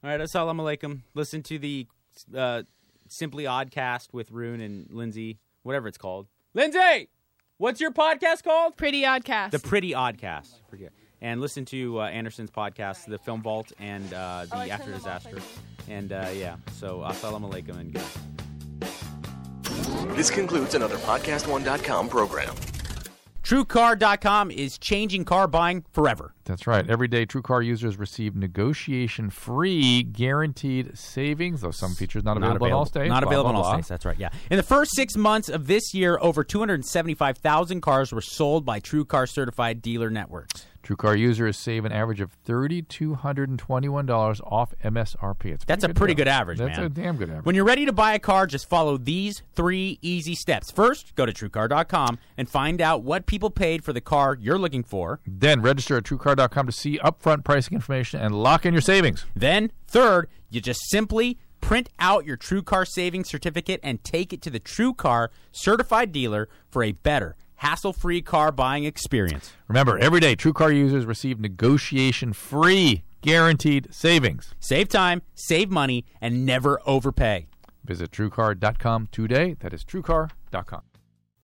[SPEAKER 3] right, assalamu alaikum. Listen to the uh, Simply Oddcast with Rune and Lindsay, whatever it's called. Lindsay, what's your podcast called?
[SPEAKER 8] Pretty odd cast.
[SPEAKER 3] The Pretty Oddcast. Pretty Odd. and listen to uh, Anderson's podcast, The Film Vault, and uh, The
[SPEAKER 9] Oh, I
[SPEAKER 3] After
[SPEAKER 9] turned them off, I
[SPEAKER 3] Disaster. And uh, yeah, so assalamu alaikum and good.
[SPEAKER 10] This concludes another PodcastOne.com program.
[SPEAKER 3] TrueCar.com is changing car buying forever.
[SPEAKER 4] That's right. Every day, True Car users receive negotiation-free guaranteed savings, though some features not available in all states.
[SPEAKER 3] Not
[SPEAKER 4] blah,
[SPEAKER 3] available
[SPEAKER 4] blah,
[SPEAKER 3] in all
[SPEAKER 4] blah.
[SPEAKER 3] states. That's right. Yeah. In the first six months of this year, over 275,000 cars were sold by True Car certified dealer networks.
[SPEAKER 4] True Car users save an average of thirty-two hundred and twenty-one dollars off MSRP. It's
[SPEAKER 3] That's a pretty
[SPEAKER 4] deal.
[SPEAKER 3] good average,
[SPEAKER 4] That's
[SPEAKER 3] man.
[SPEAKER 4] a damn good average.
[SPEAKER 3] When you're ready to buy a car, just follow these three easy steps. First, go to TrueCar.com and find out what people paid for the car you're looking for.
[SPEAKER 4] then register at TrueCar.com to see upfront pricing information and lock in your savings.
[SPEAKER 3] Then, third, you just simply print out your True Car savings certificate and take it to the True Car certified dealer for a better, hassle-free car buying experience.
[SPEAKER 4] Remember, every day, True Car users receive negotiation-free guaranteed savings.
[SPEAKER 3] Save time, save money, and never overpay.
[SPEAKER 4] Visit TrueCar.com today. That is TrueCar.com.